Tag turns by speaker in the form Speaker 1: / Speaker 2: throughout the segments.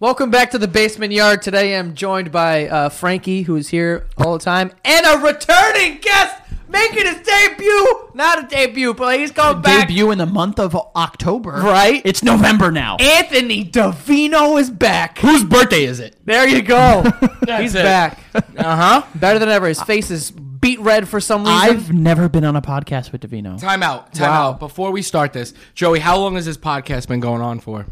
Speaker 1: Welcome back to the basement yard. Today I'm joined by uh, Frankie, who's here all the time, and a returning guest making his debut. Not a debut, but he's coming back.
Speaker 2: debut in the month of October.
Speaker 1: Right.
Speaker 2: It's November now.
Speaker 1: Anthony Davino is back.
Speaker 2: Whose birthday is it?
Speaker 1: There you go. he's
Speaker 3: it.
Speaker 1: back.
Speaker 3: Uh huh.
Speaker 1: Better than ever. His face is beat red for some reason.
Speaker 2: I've never been on a podcast with Davino.
Speaker 3: Time out. Time
Speaker 1: Wow.
Speaker 3: out. Before we start this, Joey, how long has this podcast been going on for?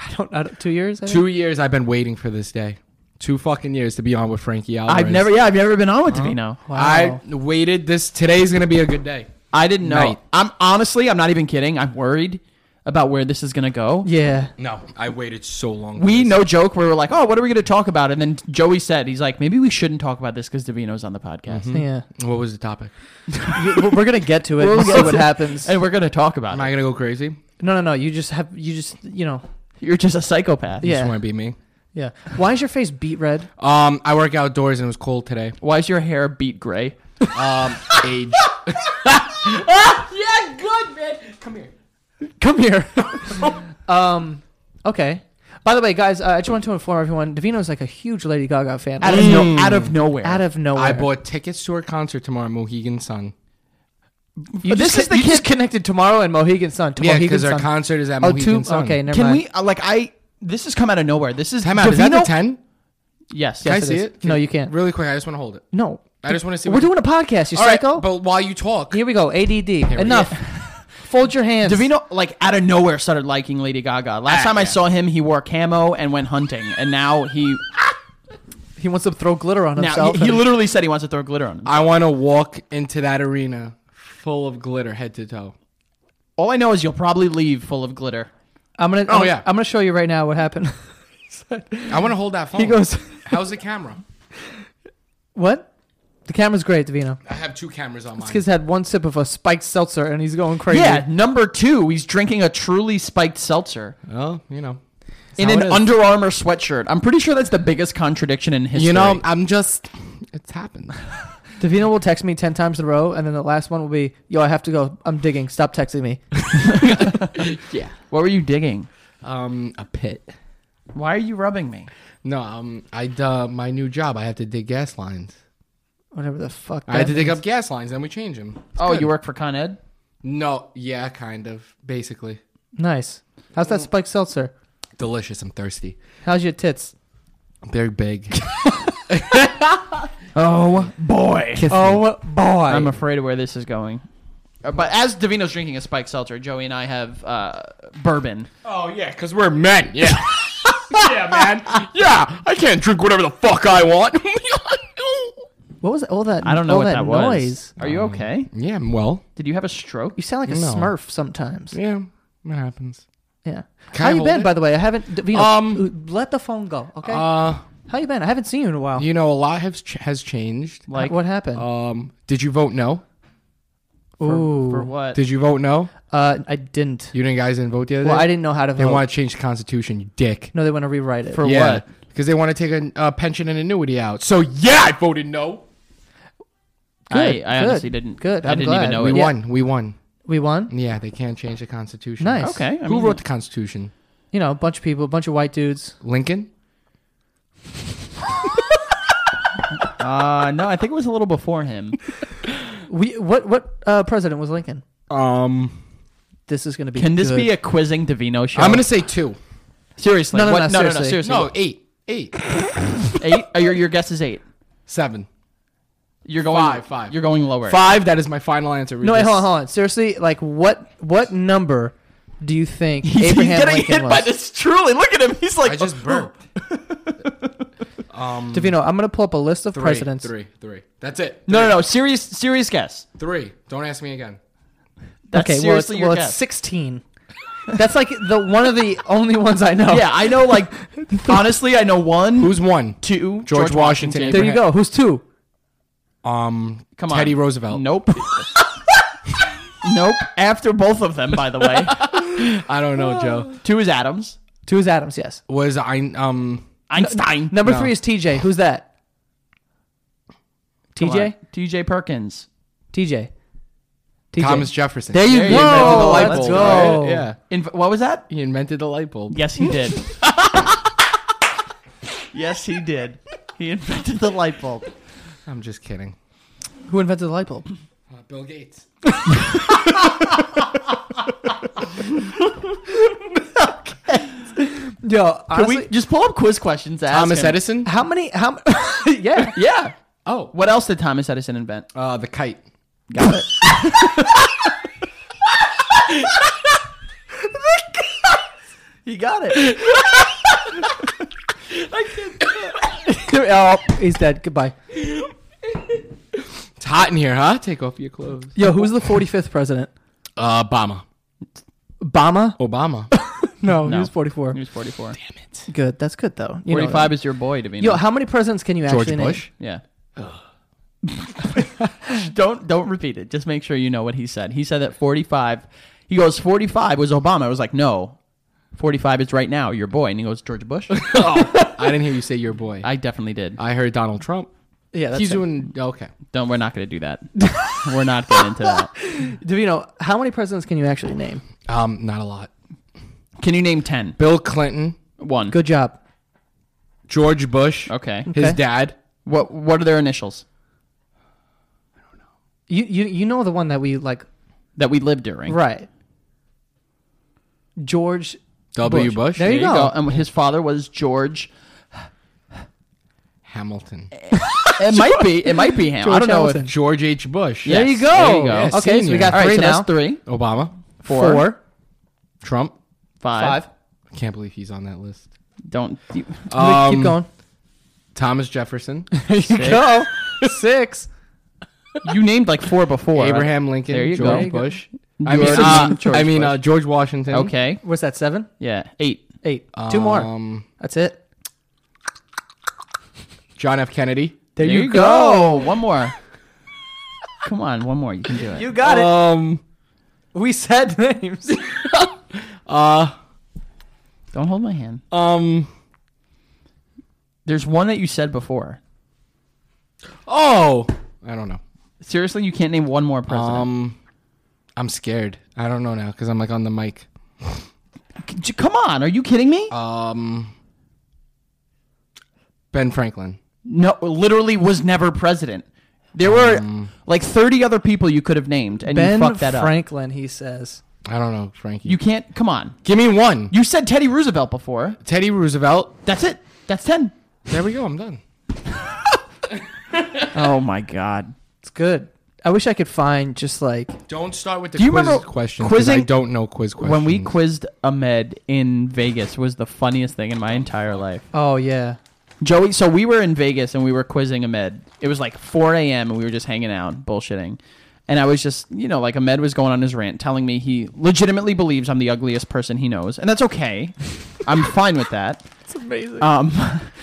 Speaker 1: I don't, I don't- two years. I think?
Speaker 3: Two years I've been waiting for this day. Two fucking years to be on with Frankie Alvarez.
Speaker 2: I've never, yeah, I've never been on with Davino.
Speaker 3: I waited this. Today's going to be a good day.
Speaker 2: I didn't know.
Speaker 3: Night.
Speaker 2: I'm honestly, I'm not even kidding. I'm worried about where this is gonna go.
Speaker 1: Yeah.
Speaker 3: No, I waited so long. for
Speaker 2: We
Speaker 3: this.
Speaker 2: no joke. We were like, oh, what are we gonna talk about? And then Joey said, he's like, maybe we shouldn't talk about this because Davino's on the podcast,
Speaker 1: Yeah.
Speaker 3: What was the topic?
Speaker 1: You- We're gonna get to it. Mm. We'll see what happens.
Speaker 2: and we're gonna talk about
Speaker 3: Am
Speaker 2: it.
Speaker 3: I going to go crazy?
Speaker 1: No, no, no. You just have. You just. You know.
Speaker 2: You're just a psychopath.
Speaker 1: Yeah.
Speaker 3: Just want to be me.
Speaker 1: Yeah. Why is your face beat red?
Speaker 3: Um, I work outdoors and it was cold today.
Speaker 2: Why is your hair beat gray?
Speaker 3: Um, age.
Speaker 2: Yeah, good man. Come here. Come here.
Speaker 1: Um. Okay. By the way, guys, uh, I just want to inform everyone. Davino's like a huge Lady Gaga fan.
Speaker 2: out of no, out of nowhere.
Speaker 1: out of nowhere.
Speaker 3: I bought tickets to her concert tomorrow at Mohegan Sun.
Speaker 1: You
Speaker 2: This
Speaker 1: just,
Speaker 2: is the
Speaker 1: you just
Speaker 2: kid-
Speaker 1: connected tomorrow and Mohegan Sun. To
Speaker 3: Yeah,
Speaker 1: Mohegan
Speaker 3: because her
Speaker 1: Sun.
Speaker 3: concert is at
Speaker 1: oh,
Speaker 3: Mohegan
Speaker 1: two.
Speaker 3: Sun.
Speaker 1: Okay, never
Speaker 2: Can
Speaker 1: mind.
Speaker 2: we uh, like I? This has come out of nowhere. This is
Speaker 3: Time out. Is that the
Speaker 2: Davino-
Speaker 3: 10? Can
Speaker 2: Yes.
Speaker 3: I
Speaker 2: yes,
Speaker 3: see
Speaker 2: is.
Speaker 3: it?
Speaker 1: No, you can't.
Speaker 3: Really quick. I just want to hold it.
Speaker 1: No.
Speaker 3: I just wanna see
Speaker 1: We're
Speaker 3: what-
Speaker 1: doing a podcast. You psycho.
Speaker 3: but while you talk,
Speaker 1: Here we go. ADD. Enough. Fold your hands.
Speaker 2: Davino like out of nowhere started liking Lady Gaga. Last
Speaker 3: Ah,
Speaker 2: time I
Speaker 3: yeah.
Speaker 2: saw him, he wore camo and went hunting, and now he
Speaker 1: He wants to throw glitter on
Speaker 2: now
Speaker 1: himself.
Speaker 2: he, he literally said he wants to throw glitter on. Him.
Speaker 3: I want to walk into that arena full of glitter, head to toe.
Speaker 2: All I know is you'll probably leave full of glitter.
Speaker 1: I'm gonna.
Speaker 3: Oh,
Speaker 1: I'm,
Speaker 3: yeah.
Speaker 1: I'm gonna show you right now what happened.
Speaker 3: I want to hold that phone.
Speaker 1: he goes.
Speaker 3: "How's the camera?
Speaker 1: What? The camera's great, Davino.
Speaker 3: I have two cameras on
Speaker 1: This
Speaker 3: mine."
Speaker 1: kid's had one sip of a spiked seltzer and he's going crazy.
Speaker 2: Yeah, number two, he's drinking a truly spiked seltzer
Speaker 3: Well, you know,
Speaker 2: in
Speaker 1: how
Speaker 2: an
Speaker 1: it is.
Speaker 2: Under Armour sweatshirt. I'm pretty sure that's the biggest contradiction in history.
Speaker 3: you know, I'm just. It's happened.
Speaker 1: Davina will text me 10 times in a row, and then the last one will be, Yo, I have to go. I'm digging. Stop texting me.
Speaker 3: yeah.
Speaker 2: what were you digging?
Speaker 3: Um, a pit.
Speaker 2: Why are you rubbing me?
Speaker 3: No, um, I uh, my new job. I have to dig gas lines.
Speaker 1: Whatever the fuck.
Speaker 3: I had
Speaker 1: that
Speaker 3: to dig
Speaker 1: means.
Speaker 3: up gas lines, then we change them. It's
Speaker 2: Oh,
Speaker 3: good.
Speaker 2: you work for Con Ed?
Speaker 3: No, yeah, kind of, basically.
Speaker 1: Nice. How's that spiked seltzer?
Speaker 3: Delicious. I'm thirsty.
Speaker 1: How's your tits?
Speaker 3: They're big.
Speaker 2: Oh boy.
Speaker 1: Oh, boy.
Speaker 2: I'm afraid of where this is going. Uh, But as Davino's drinking a spiked seltzer, Joey and I have uh, bourbon.
Speaker 3: Oh yeah, because we're men. Yeah. yeah, man. Yeah, I can't drink whatever the fuck I want.
Speaker 1: what was all that?
Speaker 2: I don't know
Speaker 1: all
Speaker 2: what
Speaker 1: that,
Speaker 2: that, was.
Speaker 1: noise.
Speaker 2: Are you okay?
Speaker 3: yeah, I'm well.
Speaker 2: Did you have a stroke?
Speaker 1: You sound like a
Speaker 3: No.
Speaker 1: smurf sometimes. Yeah.
Speaker 3: Yeah, it happens. Can
Speaker 1: How
Speaker 3: I
Speaker 1: you
Speaker 3: hold
Speaker 1: been,
Speaker 3: it?
Speaker 1: by the way? I haven't. Davina,
Speaker 3: Um,
Speaker 1: let the phone go, okay?
Speaker 3: Uh,
Speaker 1: How you been? I haven't seen you in a while.
Speaker 3: you know, a lot has ch- has changed.
Speaker 2: Like uh,
Speaker 1: what happened?
Speaker 3: Um, did you vote no?
Speaker 2: for,
Speaker 1: Ooh.
Speaker 2: for what?
Speaker 3: Did you vote no?
Speaker 1: uh, I didn't.
Speaker 3: You didn't guys didn't vote the other
Speaker 1: Well,
Speaker 3: day.
Speaker 1: I didn't know how to
Speaker 3: They
Speaker 1: vote.
Speaker 3: want to change the constitution, you dick.
Speaker 1: no, they want to rewrite it.
Speaker 2: for
Speaker 3: yeah,
Speaker 2: what?
Speaker 3: because they want to take a uh, pension and annuity out. So yeah, I voted no.
Speaker 2: I,
Speaker 1: Good,
Speaker 2: I
Speaker 1: good,
Speaker 2: honestly didn't.
Speaker 1: good.
Speaker 2: I
Speaker 1: I'm
Speaker 2: didn't
Speaker 1: glad.
Speaker 2: even know
Speaker 3: We
Speaker 2: it.
Speaker 1: Yeah.
Speaker 3: won. We won.
Speaker 1: we won.
Speaker 3: Yeah, they can't change the constitution.
Speaker 1: Nice.
Speaker 2: Okay. I
Speaker 3: Who
Speaker 2: mean,
Speaker 3: wrote the constitution?
Speaker 1: You know, a bunch of people, a bunch of white dudes.
Speaker 3: Lincoln.
Speaker 2: Uh, no, I think it was a little before him.
Speaker 1: We what what uh, president was Lincoln?
Speaker 3: Um,
Speaker 1: This is going to be.
Speaker 2: Can this
Speaker 1: good.
Speaker 2: be a quizzing Davino show?
Speaker 3: I'm gonna say two.
Speaker 2: seriously.
Speaker 1: No, no,
Speaker 2: what-
Speaker 1: no,
Speaker 2: no, no,
Speaker 1: seriously.
Speaker 2: seriously.
Speaker 3: No,
Speaker 2: what-
Speaker 3: eight, eight,
Speaker 2: eight. Uh, your, your guess is eight.
Speaker 3: seven,
Speaker 2: You're going
Speaker 3: Five, five.
Speaker 2: You're going lower.
Speaker 3: five. That is my final answer.
Speaker 1: no? Wait,
Speaker 3: Regis.
Speaker 1: hold on, hold on. Seriously, like what what number do you think
Speaker 2: He's
Speaker 1: Abraham
Speaker 2: getting
Speaker 1: Lincoln
Speaker 2: hit
Speaker 1: was?
Speaker 2: by this. Truly, look at him. He's like, oh.
Speaker 3: I just burped. um,
Speaker 1: Davino, I'm going to pull up a list of
Speaker 3: three,
Speaker 1: presidents.
Speaker 3: Three, three. That's it.
Speaker 2: No, no, no. Serious, serious guess.
Speaker 3: Three. Don't ask me again.
Speaker 2: That's
Speaker 1: Okay, well, it's,
Speaker 2: seriously your
Speaker 1: well, it's
Speaker 2: guess.
Speaker 1: sixteen. That's like the one of the only ones I know.
Speaker 2: Yeah, I know. Like, honestly, I know one,
Speaker 3: Who's one?
Speaker 2: two.
Speaker 3: George Washington.
Speaker 1: there you go. Who's two?
Speaker 3: Um,
Speaker 2: Come on,
Speaker 3: Teddy Roosevelt.
Speaker 2: Nope. nope. After both of them, by the way,
Speaker 3: I don't
Speaker 1: Ah.
Speaker 3: know, Joe.
Speaker 2: two is Adams.
Speaker 1: Two is Adams. Yes.
Speaker 3: Was I um?
Speaker 2: Einstein.
Speaker 1: Number
Speaker 3: No.
Speaker 1: three is TJ. Who's that?
Speaker 2: Come on.
Speaker 1: TJ.
Speaker 2: T.J. Perkins.
Speaker 1: TJ. TJ.
Speaker 3: Thomas Jefferson.
Speaker 1: There you
Speaker 2: There you
Speaker 1: go.
Speaker 2: go.
Speaker 3: invented the
Speaker 2: Whoa,
Speaker 3: light
Speaker 1: Let's
Speaker 3: bulb,
Speaker 1: go.
Speaker 3: right? Yeah,
Speaker 2: In, what was that?
Speaker 3: he invented the light bulb.
Speaker 2: Yes, he did. Yes, he did. He invented the light bulb.
Speaker 3: I'm just kidding.
Speaker 1: Who invented the light bulb?
Speaker 3: Uh, Bill Gates.
Speaker 1: Yo,
Speaker 2: Can
Speaker 1: honestly,
Speaker 2: we just pull up quiz questions? To ask
Speaker 3: Thomas
Speaker 2: him?
Speaker 3: Edison.
Speaker 1: how many? How? m- yeah.
Speaker 2: Yeah.
Speaker 3: Oh,
Speaker 2: What else did Thomas Edison invent?
Speaker 3: uh, the kite.
Speaker 2: Got it. he got it.
Speaker 1: oh, he's dead. Goodbye.
Speaker 3: It's hot in here, huh? Take off your clothes.
Speaker 1: Yo, who's the 45th president?
Speaker 3: Uh, Obama.
Speaker 1: Obama?
Speaker 3: Obama.
Speaker 1: No, he
Speaker 2: No. Mm.
Speaker 1: was 44.
Speaker 2: He was 44.
Speaker 1: Good. That's good though. You know,
Speaker 2: 45 is your boy, Davina.
Speaker 1: Yo, how many presidents can you
Speaker 3: George
Speaker 1: actually
Speaker 3: Bush.
Speaker 2: yeah. don't don't repeat it. Just make sure you know what he said. He said that 45. He goes 45 was Obama. I was like, "No. 45 is right now, your boy." And he goes, "George Bush?"
Speaker 3: Oh, I didn't hear you say your boy. I,
Speaker 2: I definitely did.
Speaker 3: heard Donald Trump.
Speaker 1: name? Yeah, that's
Speaker 3: He's
Speaker 1: it.
Speaker 3: doing okay.
Speaker 2: Don't we're not going to do that. we're not getting into that.
Speaker 1: Davino, how many presidents can you actually name?
Speaker 3: Um, not a lot.
Speaker 2: Can you name 10?
Speaker 3: Bill Clinton,
Speaker 2: 1.
Speaker 1: Good job.
Speaker 3: George Bush,
Speaker 2: Okay.
Speaker 3: his
Speaker 1: Okay.
Speaker 3: dad.
Speaker 2: What what are their initials
Speaker 1: You you you know the one that we like
Speaker 2: that we lived during?
Speaker 1: right. George
Speaker 3: W.
Speaker 1: Bush.
Speaker 3: Bush.
Speaker 1: There you go.
Speaker 2: And his father was George.
Speaker 3: Hamilton.
Speaker 2: It might be. It might be him. I
Speaker 1: George
Speaker 2: don't know.
Speaker 1: Hamilton.
Speaker 3: George H. Bush.
Speaker 2: Yes,
Speaker 1: There you go.
Speaker 2: there you go.
Speaker 3: Yes,
Speaker 1: okay, so we
Speaker 3: senior.
Speaker 1: got
Speaker 2: All right,
Speaker 1: three
Speaker 2: so
Speaker 1: now.
Speaker 2: that's three,
Speaker 3: Obama.
Speaker 2: four,
Speaker 1: Four.
Speaker 3: Trump.
Speaker 2: five.
Speaker 3: I can't believe he's on that list.
Speaker 2: Don't. You,
Speaker 1: Keep-
Speaker 3: Um,
Speaker 1: Keep going.
Speaker 3: Thomas Jefferson.
Speaker 1: Go. Six.
Speaker 2: you named like four before.
Speaker 3: Abraham Lincoln.
Speaker 2: There you go.
Speaker 3: George
Speaker 2: There you go.
Speaker 3: Bush. I mean,
Speaker 2: George-
Speaker 3: uh,
Speaker 2: George
Speaker 3: I mean
Speaker 2: Bush.
Speaker 3: uh, George Washington.
Speaker 2: Okay.
Speaker 1: What's that? Seven?
Speaker 2: Yeah. Eight.
Speaker 1: Eight. Two more.
Speaker 3: Um,
Speaker 1: That's it.
Speaker 3: John F. Kennedy.
Speaker 1: There,
Speaker 2: There
Speaker 1: you,
Speaker 2: you
Speaker 1: go.
Speaker 2: go. One more. Come on, one more. You can do it.
Speaker 1: You got it.
Speaker 3: Um,
Speaker 1: Uh, We said names.
Speaker 2: Don't hold my hand.
Speaker 3: um.
Speaker 2: There's one that you said before.
Speaker 3: Oh, I don't know.
Speaker 2: Seriously, you can't name one more president.
Speaker 3: Um, I'm scared. I don't know now because I'm like on the mic.
Speaker 2: C- come on, are you kidding me?
Speaker 3: Um, Ben Franklin.
Speaker 2: no, literally was never president. There were like 30 other people you could have named, and you
Speaker 1: ben
Speaker 2: fucked that up.
Speaker 1: Franklin, he says.
Speaker 3: I don't know, Frankie.
Speaker 2: You can't. Come on.
Speaker 3: give me one.
Speaker 2: You said Teddy Roosevelt before.
Speaker 3: Teddy Roosevelt.
Speaker 2: That's it. That's 10.
Speaker 3: There we go. I'm done.
Speaker 2: Oh my god.
Speaker 1: It's good. I wish I could find just like
Speaker 3: Don't start with the
Speaker 2: Do you
Speaker 3: quiz
Speaker 2: remember
Speaker 3: question. 'cause
Speaker 2: quizzing-
Speaker 3: I don't know quiz questions.
Speaker 2: When we quizzed Ahmed in Vegas was the funniest thing in my entire life.
Speaker 1: oh yeah.
Speaker 2: Joey, so we were in Vegas and we were quizzing Ahmed. It was like 4 a.m. and we were just hanging out, bullshitting. And I was just, you know, like Ahmed was going on his rant, telling me he legitimately believes I'm the ugliest person he knows, and that's okay. I'm fine with that.
Speaker 1: It's amazing.
Speaker 2: Um,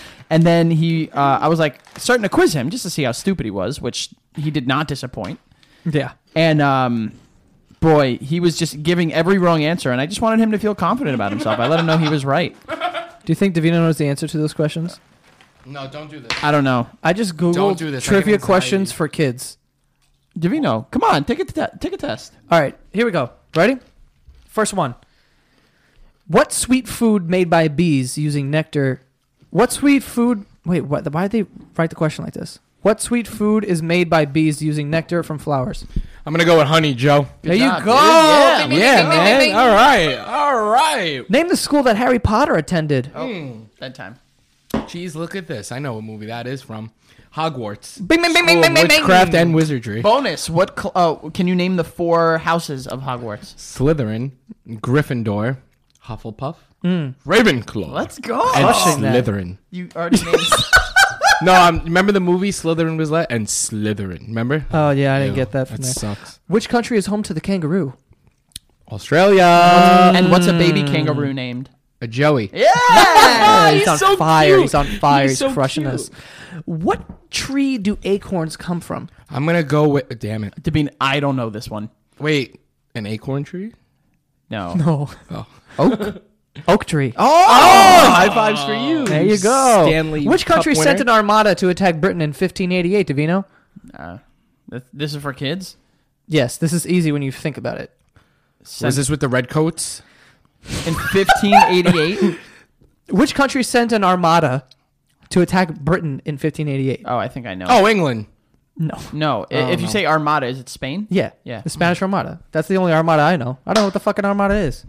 Speaker 2: and then he, uh, I was like starting to quiz him just to see how stupid he was, which he did not disappoint.
Speaker 1: yeah.
Speaker 2: And um, boy, he was just giving every wrong answer, and I just wanted him to feel confident about himself. I let him know he was right.
Speaker 1: Do you think Davina knows the answer to those questions?
Speaker 3: no, don't do this.
Speaker 2: I don't know.
Speaker 1: I just googled
Speaker 3: Don't do this. I get
Speaker 1: trivia
Speaker 3: anxiety.
Speaker 1: questions for kids.
Speaker 2: Divino, come on, take a te- take a test.
Speaker 1: All right, here we go. Ready? First one. What sweet food made by bees using nectar? What sweet food? Wait, what? Why did they write the question like this? What sweet food is made by bees using nectar from flowers?
Speaker 3: I'm gonna go with Honey Joe.
Speaker 1: there
Speaker 2: job,
Speaker 1: you
Speaker 2: dude.
Speaker 1: go.
Speaker 2: Yeah. Bing, bing,
Speaker 1: Yeah,
Speaker 2: bing, bing,
Speaker 1: man.
Speaker 2: bing,
Speaker 3: All right, all right.
Speaker 1: Name the school that Harry Potter attended.
Speaker 2: Hmm. Bedtime.
Speaker 3: Jeez, look at this. I know what movie that is from. Hogwarts.
Speaker 1: Bing, bing, bing, bing,
Speaker 3: School of
Speaker 1: bing, bing, bing.
Speaker 3: Witchcraft and wizardry.
Speaker 2: Bonus. What? Cl- oh, can you name the four houses of Hogwarts?
Speaker 3: Slytherin, Gryffindor, Hufflepuff, Ravenclaw,
Speaker 2: Let's go.
Speaker 3: and
Speaker 1: Crushing that.
Speaker 3: Slytherin.
Speaker 2: Oh, You already named.
Speaker 3: No, um, remember the movie Slytherin was let and Slytherin. Remember?
Speaker 1: Oh yeah, I didn't get that from
Speaker 3: That
Speaker 1: there.
Speaker 3: sucks.
Speaker 1: Which country is home to the kangaroo?
Speaker 3: Australia.
Speaker 2: and what's a baby kangaroo named?
Speaker 3: a Uh, Joey.
Speaker 1: Ah, he's,
Speaker 3: he's
Speaker 1: on
Speaker 3: so
Speaker 1: fire.
Speaker 3: cute.
Speaker 1: He's on fire. He's,
Speaker 3: He's so
Speaker 1: crushing
Speaker 3: cute.
Speaker 1: us. What tree do acorns come from?
Speaker 3: I'm gonna go with. Damn it!
Speaker 2: Devine, I don't know this one.
Speaker 3: Wait, an acorn tree?
Speaker 2: No.
Speaker 1: Oh,
Speaker 3: Oh,
Speaker 1: oak. oak tree.
Speaker 2: Oh, high fives for you.
Speaker 1: there you go.
Speaker 3: Stanley
Speaker 1: Which
Speaker 3: Cup
Speaker 1: country
Speaker 3: winner?
Speaker 1: sent an armada to attack Britain in 1588? Davino.
Speaker 2: Uh, th- this is for kids.
Speaker 1: Yes, this is easy when you think about it.
Speaker 3: was this with the redcoats?
Speaker 2: in 1588?
Speaker 1: Which country sent an armada to to attack Britain in 1588.
Speaker 2: Oh, I think I know.
Speaker 3: Oh, England.
Speaker 1: No.
Speaker 2: no. i-
Speaker 3: Oh,
Speaker 2: if you
Speaker 3: no.
Speaker 2: say Armada, is it Spain?
Speaker 1: Yeah.
Speaker 2: Yeah.
Speaker 1: The Spanish Armada. That's the only Armada I know. I don't know what the fucking Armada is.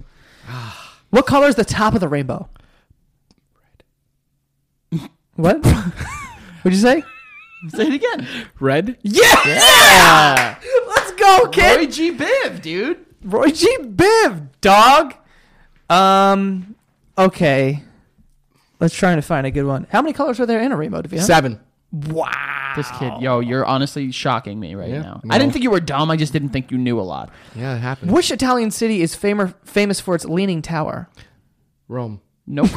Speaker 1: what color is the top of the rainbow? Red. what? What'd you say?
Speaker 2: Say it again.
Speaker 3: Red?
Speaker 1: Yeah!
Speaker 2: Yeah.
Speaker 1: Let's go, kid!
Speaker 2: Roy G. Biv, dude.
Speaker 1: Roy G. Biv, dog. Um, okay. Let's try and find a good one. How many colors are there in a rainbow? Do you have?
Speaker 3: Seven.
Speaker 1: Wow.
Speaker 2: This kid, yo, you're honestly shocking me right
Speaker 3: Yeah,
Speaker 2: now.
Speaker 3: no.
Speaker 2: I didn't think you were dumb. I just didn't think you knew a lot.
Speaker 3: Yeah, it happened.
Speaker 1: Which Italian city is famer, famous for its leaning tower?
Speaker 3: Rome.
Speaker 2: Nope.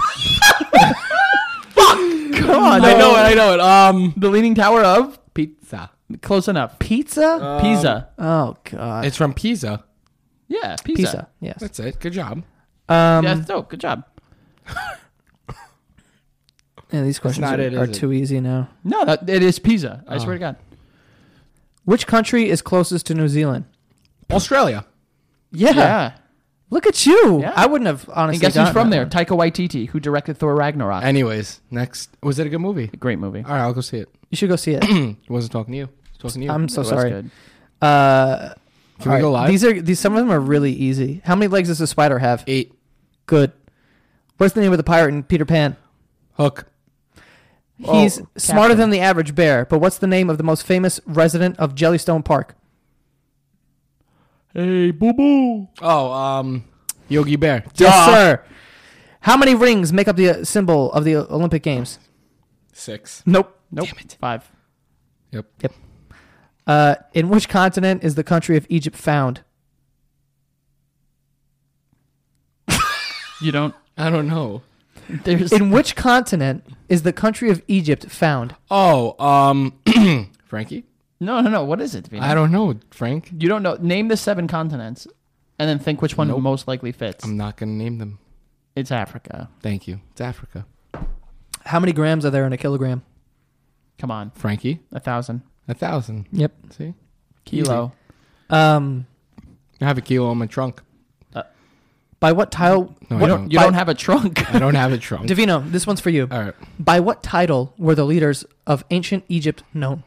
Speaker 1: Come on,
Speaker 3: I know it. I know it. Um,
Speaker 2: the Leaning Tower of
Speaker 3: pizza.
Speaker 2: close enough. Um,
Speaker 1: Pizza?
Speaker 2: Pisa.
Speaker 1: oh God,
Speaker 3: It's from Pisa.
Speaker 2: Yeah, Pisa.
Speaker 1: pizza. Yes.
Speaker 3: That's it. Good job.
Speaker 1: Um,
Speaker 2: yeah, so good job.
Speaker 1: yeah, these questions
Speaker 3: not
Speaker 1: are,
Speaker 3: it,
Speaker 1: are
Speaker 3: is it?
Speaker 1: too easy now.
Speaker 2: No, that, Uh, it is Pisa. I swear to God.
Speaker 1: Which country is closest to New Zealand?
Speaker 3: Australia.
Speaker 1: Yeah.
Speaker 2: Yeah.
Speaker 1: Look at you.
Speaker 2: Yeah.
Speaker 1: I wouldn't have honestly.
Speaker 2: And guess who's
Speaker 1: gotten
Speaker 2: from
Speaker 1: that
Speaker 2: there?
Speaker 1: one.
Speaker 2: Taika Waititi, who directed Thor Ragnarok.
Speaker 3: Anyways, next. Was it a good movie?
Speaker 2: Great movie.
Speaker 3: All right, I'll go see it. Hmm,
Speaker 1: You should go see it.
Speaker 3: Wasn't talking to you. Talking to you.
Speaker 1: I'm so
Speaker 2: Oh, that's
Speaker 1: sorry.
Speaker 2: good.
Speaker 1: Uh,
Speaker 3: Can we
Speaker 1: all
Speaker 3: go
Speaker 1: right.
Speaker 3: live?
Speaker 1: These are these. Some of them are really easy. How many legs does a spider have?
Speaker 3: Eight.
Speaker 1: Good. What's the name of the pirate in Peter Pan?
Speaker 3: Hook.
Speaker 2: Oh,
Speaker 1: He's
Speaker 2: Captain.
Speaker 1: smarter than the average bear, but what's the name of the most famous resident of Jellystone Park?
Speaker 3: Hey, boo boo. Oh, um, Yogi Bear.
Speaker 1: Yes, sir. How many rings make up the uh, symbol of the Olympic Games?
Speaker 3: Six.
Speaker 1: Nope.
Speaker 2: Nope. Five.
Speaker 3: Yep.
Speaker 1: Uh, in which continent is the country of Egypt found?
Speaker 2: You don't.
Speaker 3: I don't know.
Speaker 2: There's.
Speaker 1: In which continent is the country of Egypt found?
Speaker 3: Oh, um, Frankie.
Speaker 2: no, no, no. What is it? Vina?
Speaker 3: I don't know, Frank.
Speaker 2: You don't know. Name the seven continents, and then think which one most likely fits.
Speaker 3: I'm not gonna name them.
Speaker 2: It's Africa.
Speaker 3: Thank you. It's Africa.
Speaker 1: How many grams are there in a kilogram?
Speaker 2: Come on,
Speaker 3: Frankie,
Speaker 2: a thousand
Speaker 3: a thousand.
Speaker 1: Yep.
Speaker 3: See,
Speaker 2: kilo.
Speaker 1: Um,
Speaker 3: I have a kilo in my trunk.
Speaker 1: by what title?
Speaker 3: No,
Speaker 1: what-
Speaker 3: I don't.
Speaker 2: You
Speaker 1: by-
Speaker 2: don't have a trunk.
Speaker 3: I don't have a trunk.
Speaker 1: Davino, this one's for you.
Speaker 3: All right,
Speaker 1: By what title were the leaders of ancient Egypt known?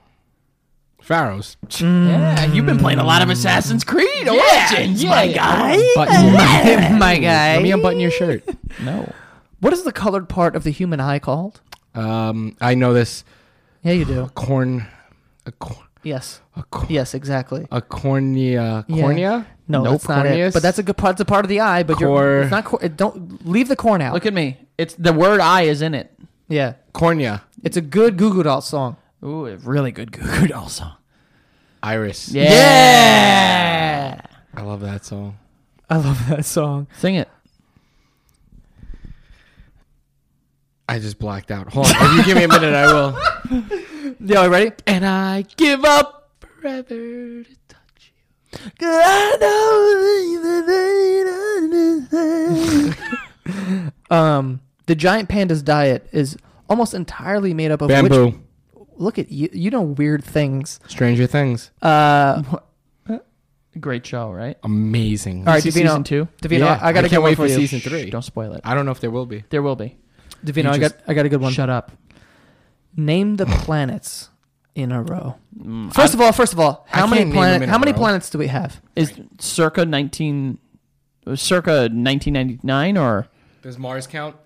Speaker 3: pharaohs.
Speaker 1: Mm.
Speaker 2: yeah, you've been playing a lot of Assassin's Creed Origins, my guy.
Speaker 3: Button.
Speaker 1: My
Speaker 3: Let me unbutton your shirt.
Speaker 2: No,
Speaker 1: What is the colored part of the human eye called?
Speaker 3: Um, I know this
Speaker 1: Yeah, you do.
Speaker 3: corn, a corn,
Speaker 1: Yes.
Speaker 3: a corn,
Speaker 1: Yes, exactly.
Speaker 3: a cornea,
Speaker 1: Yeah.
Speaker 3: cornea.
Speaker 1: No,
Speaker 3: Nope.
Speaker 1: that's not it.
Speaker 3: Corneas?
Speaker 1: But that's a good part. It's a part of the eye. But
Speaker 3: Cor-
Speaker 1: you're it's not. Cor- it don't leave the corn out.
Speaker 2: look at me. It's the word "I" is in it.
Speaker 1: yeah,
Speaker 3: Cornea,
Speaker 1: it's a good Goo Goo Doll song.
Speaker 2: Ooh, a really good Goo Goo Doll song.
Speaker 3: iris.
Speaker 2: Yeah.
Speaker 3: I love that song.
Speaker 1: I love that song.
Speaker 2: sing it.
Speaker 3: I just blacked out. Hold on. If you give me a minute, I will.
Speaker 1: Yo, you ready?
Speaker 3: And I give up forever to touch
Speaker 1: um, the giant panda's diet is almost entirely made up of
Speaker 3: you. Bamboo.
Speaker 1: Which, look at you. You know weird things.
Speaker 3: Stranger Things.
Speaker 1: Uh,
Speaker 2: Great show, right?
Speaker 3: Amazing.
Speaker 1: all right,
Speaker 2: see
Speaker 1: Davino.
Speaker 2: season two?
Speaker 1: Davino,
Speaker 3: Yeah,
Speaker 1: I, I gotta
Speaker 3: I can't
Speaker 1: get one
Speaker 3: wait
Speaker 1: for
Speaker 3: for
Speaker 1: you.
Speaker 3: season three.
Speaker 2: Don't spoil it.
Speaker 3: I don't know if there will be.
Speaker 2: There will be.
Speaker 1: Davino,
Speaker 3: You
Speaker 1: I got
Speaker 3: just-
Speaker 1: I got a good one.
Speaker 2: Shut up.
Speaker 1: Name the planets in a row. First of all, first of all,
Speaker 3: Mm, I
Speaker 1: how many
Speaker 3: can't name them
Speaker 1: planet,
Speaker 3: in
Speaker 1: how
Speaker 3: a
Speaker 1: many
Speaker 3: row.
Speaker 1: planets do we have?
Speaker 2: Is circa nineteen, circa nineteen ninety nine or
Speaker 3: Does Mars count?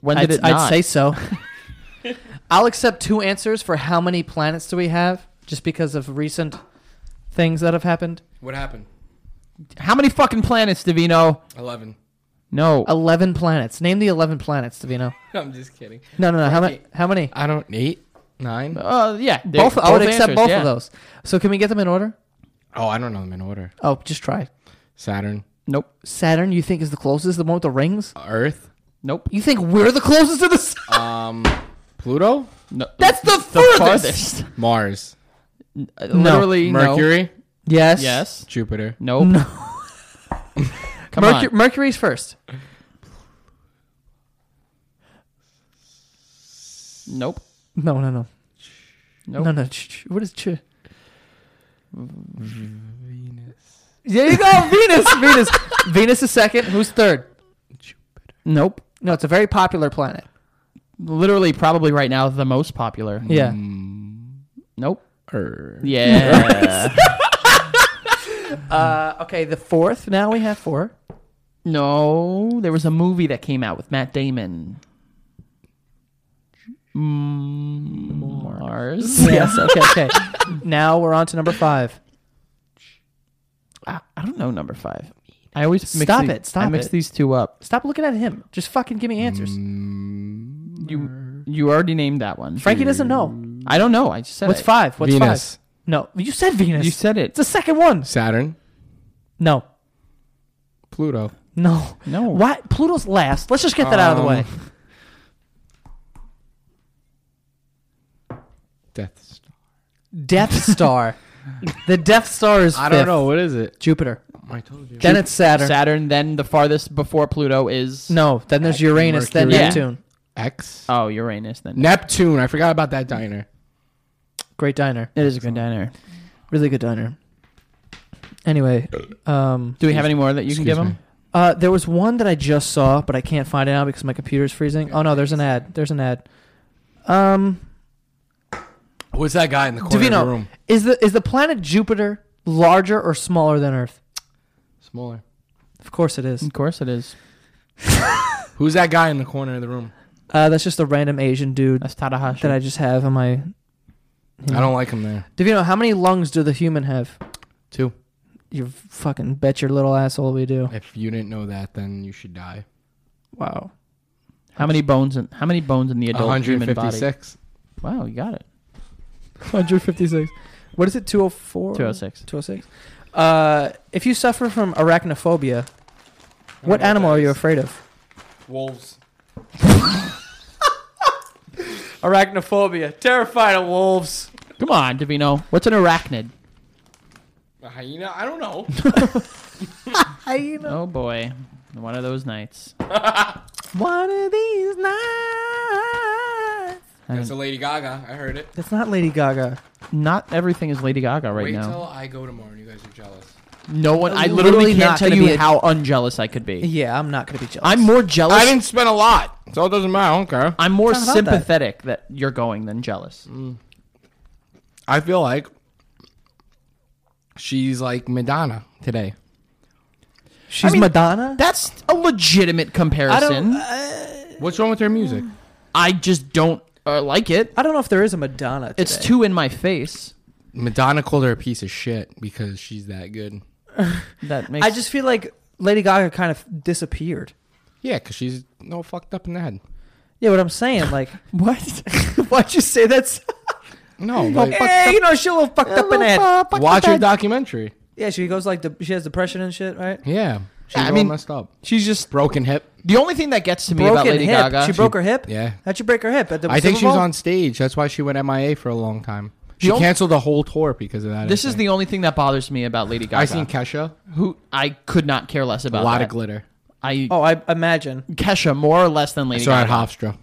Speaker 2: when
Speaker 1: I'd,
Speaker 2: did it?
Speaker 1: I'd
Speaker 2: not?
Speaker 1: say so. I'll accept two answers for how many planets do we have, just because of recent things that have happened.
Speaker 3: What happened?
Speaker 2: How many fucking planets, Davino?
Speaker 3: Eleven.
Speaker 2: No.
Speaker 1: Eleven planets. Name the eleven planets, Davino.
Speaker 3: I'm just kidding.
Speaker 1: No, no, no. How many? How many?
Speaker 3: I don't eight, nine.
Speaker 2: Uh, yeah. they-
Speaker 1: Both. I would accept
Speaker 2: answers,
Speaker 1: both
Speaker 2: yeah.
Speaker 1: of those. So can we get them in order?
Speaker 3: Oh, I don't know them in order.
Speaker 1: Oh, just try.
Speaker 3: Saturn,
Speaker 2: Nope.
Speaker 1: Saturn, you think is the closest, the one with the rings?
Speaker 3: Earth,
Speaker 2: Nope.
Speaker 1: You think we're the closest to the sun?
Speaker 3: um, Pluto,
Speaker 2: No.
Speaker 1: That's the
Speaker 2: farthest.
Speaker 3: Mars,
Speaker 2: Uh, Literally. no.
Speaker 3: Mercury,
Speaker 1: Yes.
Speaker 2: Yes.
Speaker 3: Jupiter,
Speaker 2: Nope.
Speaker 1: No.
Speaker 2: Come
Speaker 1: Mercu-
Speaker 2: on.
Speaker 1: Mercury's first.
Speaker 2: Nope.
Speaker 1: No, no, no.
Speaker 2: Nope.
Speaker 1: No, no. Ch- ch- what is ch?
Speaker 3: Venus,
Speaker 1: There you go, Venus. Venus. Venus is second. Who's third?
Speaker 2: Nope.
Speaker 1: No, it's a very popular planet.
Speaker 2: literally probably right now the most popular.
Speaker 1: Yeah.
Speaker 3: Mm.
Speaker 2: Nope.
Speaker 3: Er.
Speaker 2: Yeah.
Speaker 1: Uh, okay, the fourth. Now we have four.
Speaker 2: no, there was a movie that came out with Matt Damon. Mm, Mars.
Speaker 1: Yes. Okay. Okay. now we're on to number five.
Speaker 2: I, I don't know number five. I always mix
Speaker 1: Stop
Speaker 2: the-
Speaker 1: it, stop
Speaker 2: I mix
Speaker 1: it.
Speaker 2: these two up.
Speaker 1: Stop looking at him. Just fucking give me answers.
Speaker 3: Mm.
Speaker 2: You you already named that one.
Speaker 1: Frankie doesn't know.
Speaker 2: I don't know. I just said
Speaker 1: What's
Speaker 2: it.
Speaker 1: five? What's
Speaker 3: Venus.
Speaker 1: five? No, you said Venus.
Speaker 2: You said it.
Speaker 1: it's the second one.
Speaker 3: Saturn.
Speaker 1: No.
Speaker 3: Pluto.
Speaker 1: No.
Speaker 2: No.
Speaker 1: Why? Pluto's last. Let's just get that out of
Speaker 3: Um.
Speaker 1: the way.
Speaker 3: Death Star.
Speaker 1: Death Star. the Death Star is.
Speaker 3: I don't
Speaker 1: fifth.
Speaker 3: know. What is it?
Speaker 1: Jupiter.
Speaker 3: I told you.
Speaker 1: Then it's Saturn.
Speaker 2: Saturn. Then the farthest before Pluto is
Speaker 1: No. Then there's Uranus. Then
Speaker 3: Mercury.
Speaker 2: Yeah.
Speaker 1: Neptune.
Speaker 3: X.
Speaker 2: Oh, Uranus. Then
Speaker 3: Neptune. I forgot about that diner.
Speaker 1: Great diner.
Speaker 2: it is a good diner.
Speaker 1: Really good diner. Anyway, um,
Speaker 2: Do we have any more that you can
Speaker 3: Excuse
Speaker 2: give them?
Speaker 3: me.
Speaker 1: uh, there was one that I just saw, but I can't find it now because my computer's freezing. Oh no, there's an ad. There's an ad. Um,
Speaker 3: Who's that guy in the corner of the
Speaker 1: Davino,
Speaker 3: room?
Speaker 1: is the is the planet Jupiter larger or smaller than Earth?
Speaker 3: Smaller.
Speaker 1: Of course it is.
Speaker 2: Of course it is.
Speaker 3: Who's that guy in the corner of the room?
Speaker 1: Uh, that's just a random Asian dude
Speaker 2: That's Tadahashi.
Speaker 1: that I just have on my.
Speaker 3: I don't like him there.
Speaker 1: Davino, how many lungs do the human have?
Speaker 3: Two.
Speaker 1: You fucking bet your little asshole we do.
Speaker 3: If you didn't know that, then you should die.
Speaker 1: Wow.
Speaker 2: how many bones in How many bones in the adult human body?
Speaker 3: 156.
Speaker 2: Wow, you got it.
Speaker 1: 156. What is it? 204?
Speaker 2: 206.
Speaker 1: 206. Uh, if you suffer from arachnophobia, what
Speaker 3: know what
Speaker 1: animal
Speaker 3: that
Speaker 1: are you
Speaker 3: is.
Speaker 1: afraid of?
Speaker 3: Wolves.
Speaker 1: Arachnophobia. Terrified of wolves.
Speaker 2: Come on, Davino. What's an arachnid?
Speaker 3: A hyena? I don't know.
Speaker 1: Hyena.
Speaker 2: Oh boy, one of those nights.
Speaker 1: One of these nights.
Speaker 2: That's
Speaker 3: a Lady Gaga. I heard it.
Speaker 1: That's not Lady Gaga.
Speaker 2: Not everything is Lady Gaga right
Speaker 3: Wait
Speaker 2: now.
Speaker 3: till I go tomorrow and you guys are jealous.
Speaker 2: no one. I
Speaker 1: I'm
Speaker 2: literally
Speaker 1: literally
Speaker 2: can't
Speaker 1: not
Speaker 2: tell
Speaker 1: gonna
Speaker 2: you
Speaker 1: be a-
Speaker 2: how unjealous I could be.
Speaker 1: Yeah, I'm not gonna be jealous.
Speaker 2: I'm more jealous.
Speaker 3: I didn't spend a lot, so it doesn't matter. I don't care.
Speaker 2: I'm more
Speaker 1: It's not about that. Mm.
Speaker 2: sympathetic that. you're going than jealous.
Speaker 3: I feel like she's like Madonna today.
Speaker 1: She's
Speaker 2: I mean,
Speaker 1: Madonna. uh,
Speaker 2: That's a legitimate comparison. I,
Speaker 3: What's wrong with her music?
Speaker 2: just don't uh, like it.
Speaker 1: I don't know if there is a Madonna.
Speaker 2: It's
Speaker 1: today.
Speaker 2: too in my face.
Speaker 3: Madonna called her a piece of shit because she's that good.
Speaker 2: That makes
Speaker 1: I just feel like Lady Gaga kind of disappeared.
Speaker 3: Yeah, because she's no fucked up in the head.
Speaker 1: Yeah, what I'm saying, like,
Speaker 2: what?
Speaker 1: why'd you say that's?
Speaker 3: No, like,
Speaker 1: hey, you know, she's a little fucked up in it.
Speaker 3: watch her documentary.
Speaker 1: Yeah, she goes like, de- she has depression and shit, right?
Speaker 3: Yeah, she's
Speaker 2: I
Speaker 3: all
Speaker 2: mean-
Speaker 3: messed up.
Speaker 2: She's just
Speaker 3: Broken hip.
Speaker 2: the only thing that gets to me about
Speaker 1: Broken
Speaker 2: Lady
Speaker 1: hip.
Speaker 2: Gaga.
Speaker 1: She broke her hip.
Speaker 3: Yeah.
Speaker 1: how'd she break her hip? At the
Speaker 3: I think
Speaker 1: Super
Speaker 3: she was
Speaker 1: Bowl?
Speaker 3: on stage. That's why she went MIA for a long time. She
Speaker 2: The only-
Speaker 3: canceled the whole tour because of that.
Speaker 2: This
Speaker 3: I
Speaker 2: is
Speaker 3: think.
Speaker 2: the only thing that bothers me about Lady Gaga.
Speaker 3: I seen Kesha.
Speaker 2: who I could not care less
Speaker 3: A
Speaker 2: about.
Speaker 3: lot
Speaker 2: that.
Speaker 3: of glitter.
Speaker 2: I
Speaker 1: Oh, I imagine
Speaker 2: Kesha more or less than Lady
Speaker 3: So I had
Speaker 2: Gaga.
Speaker 3: Hofstra.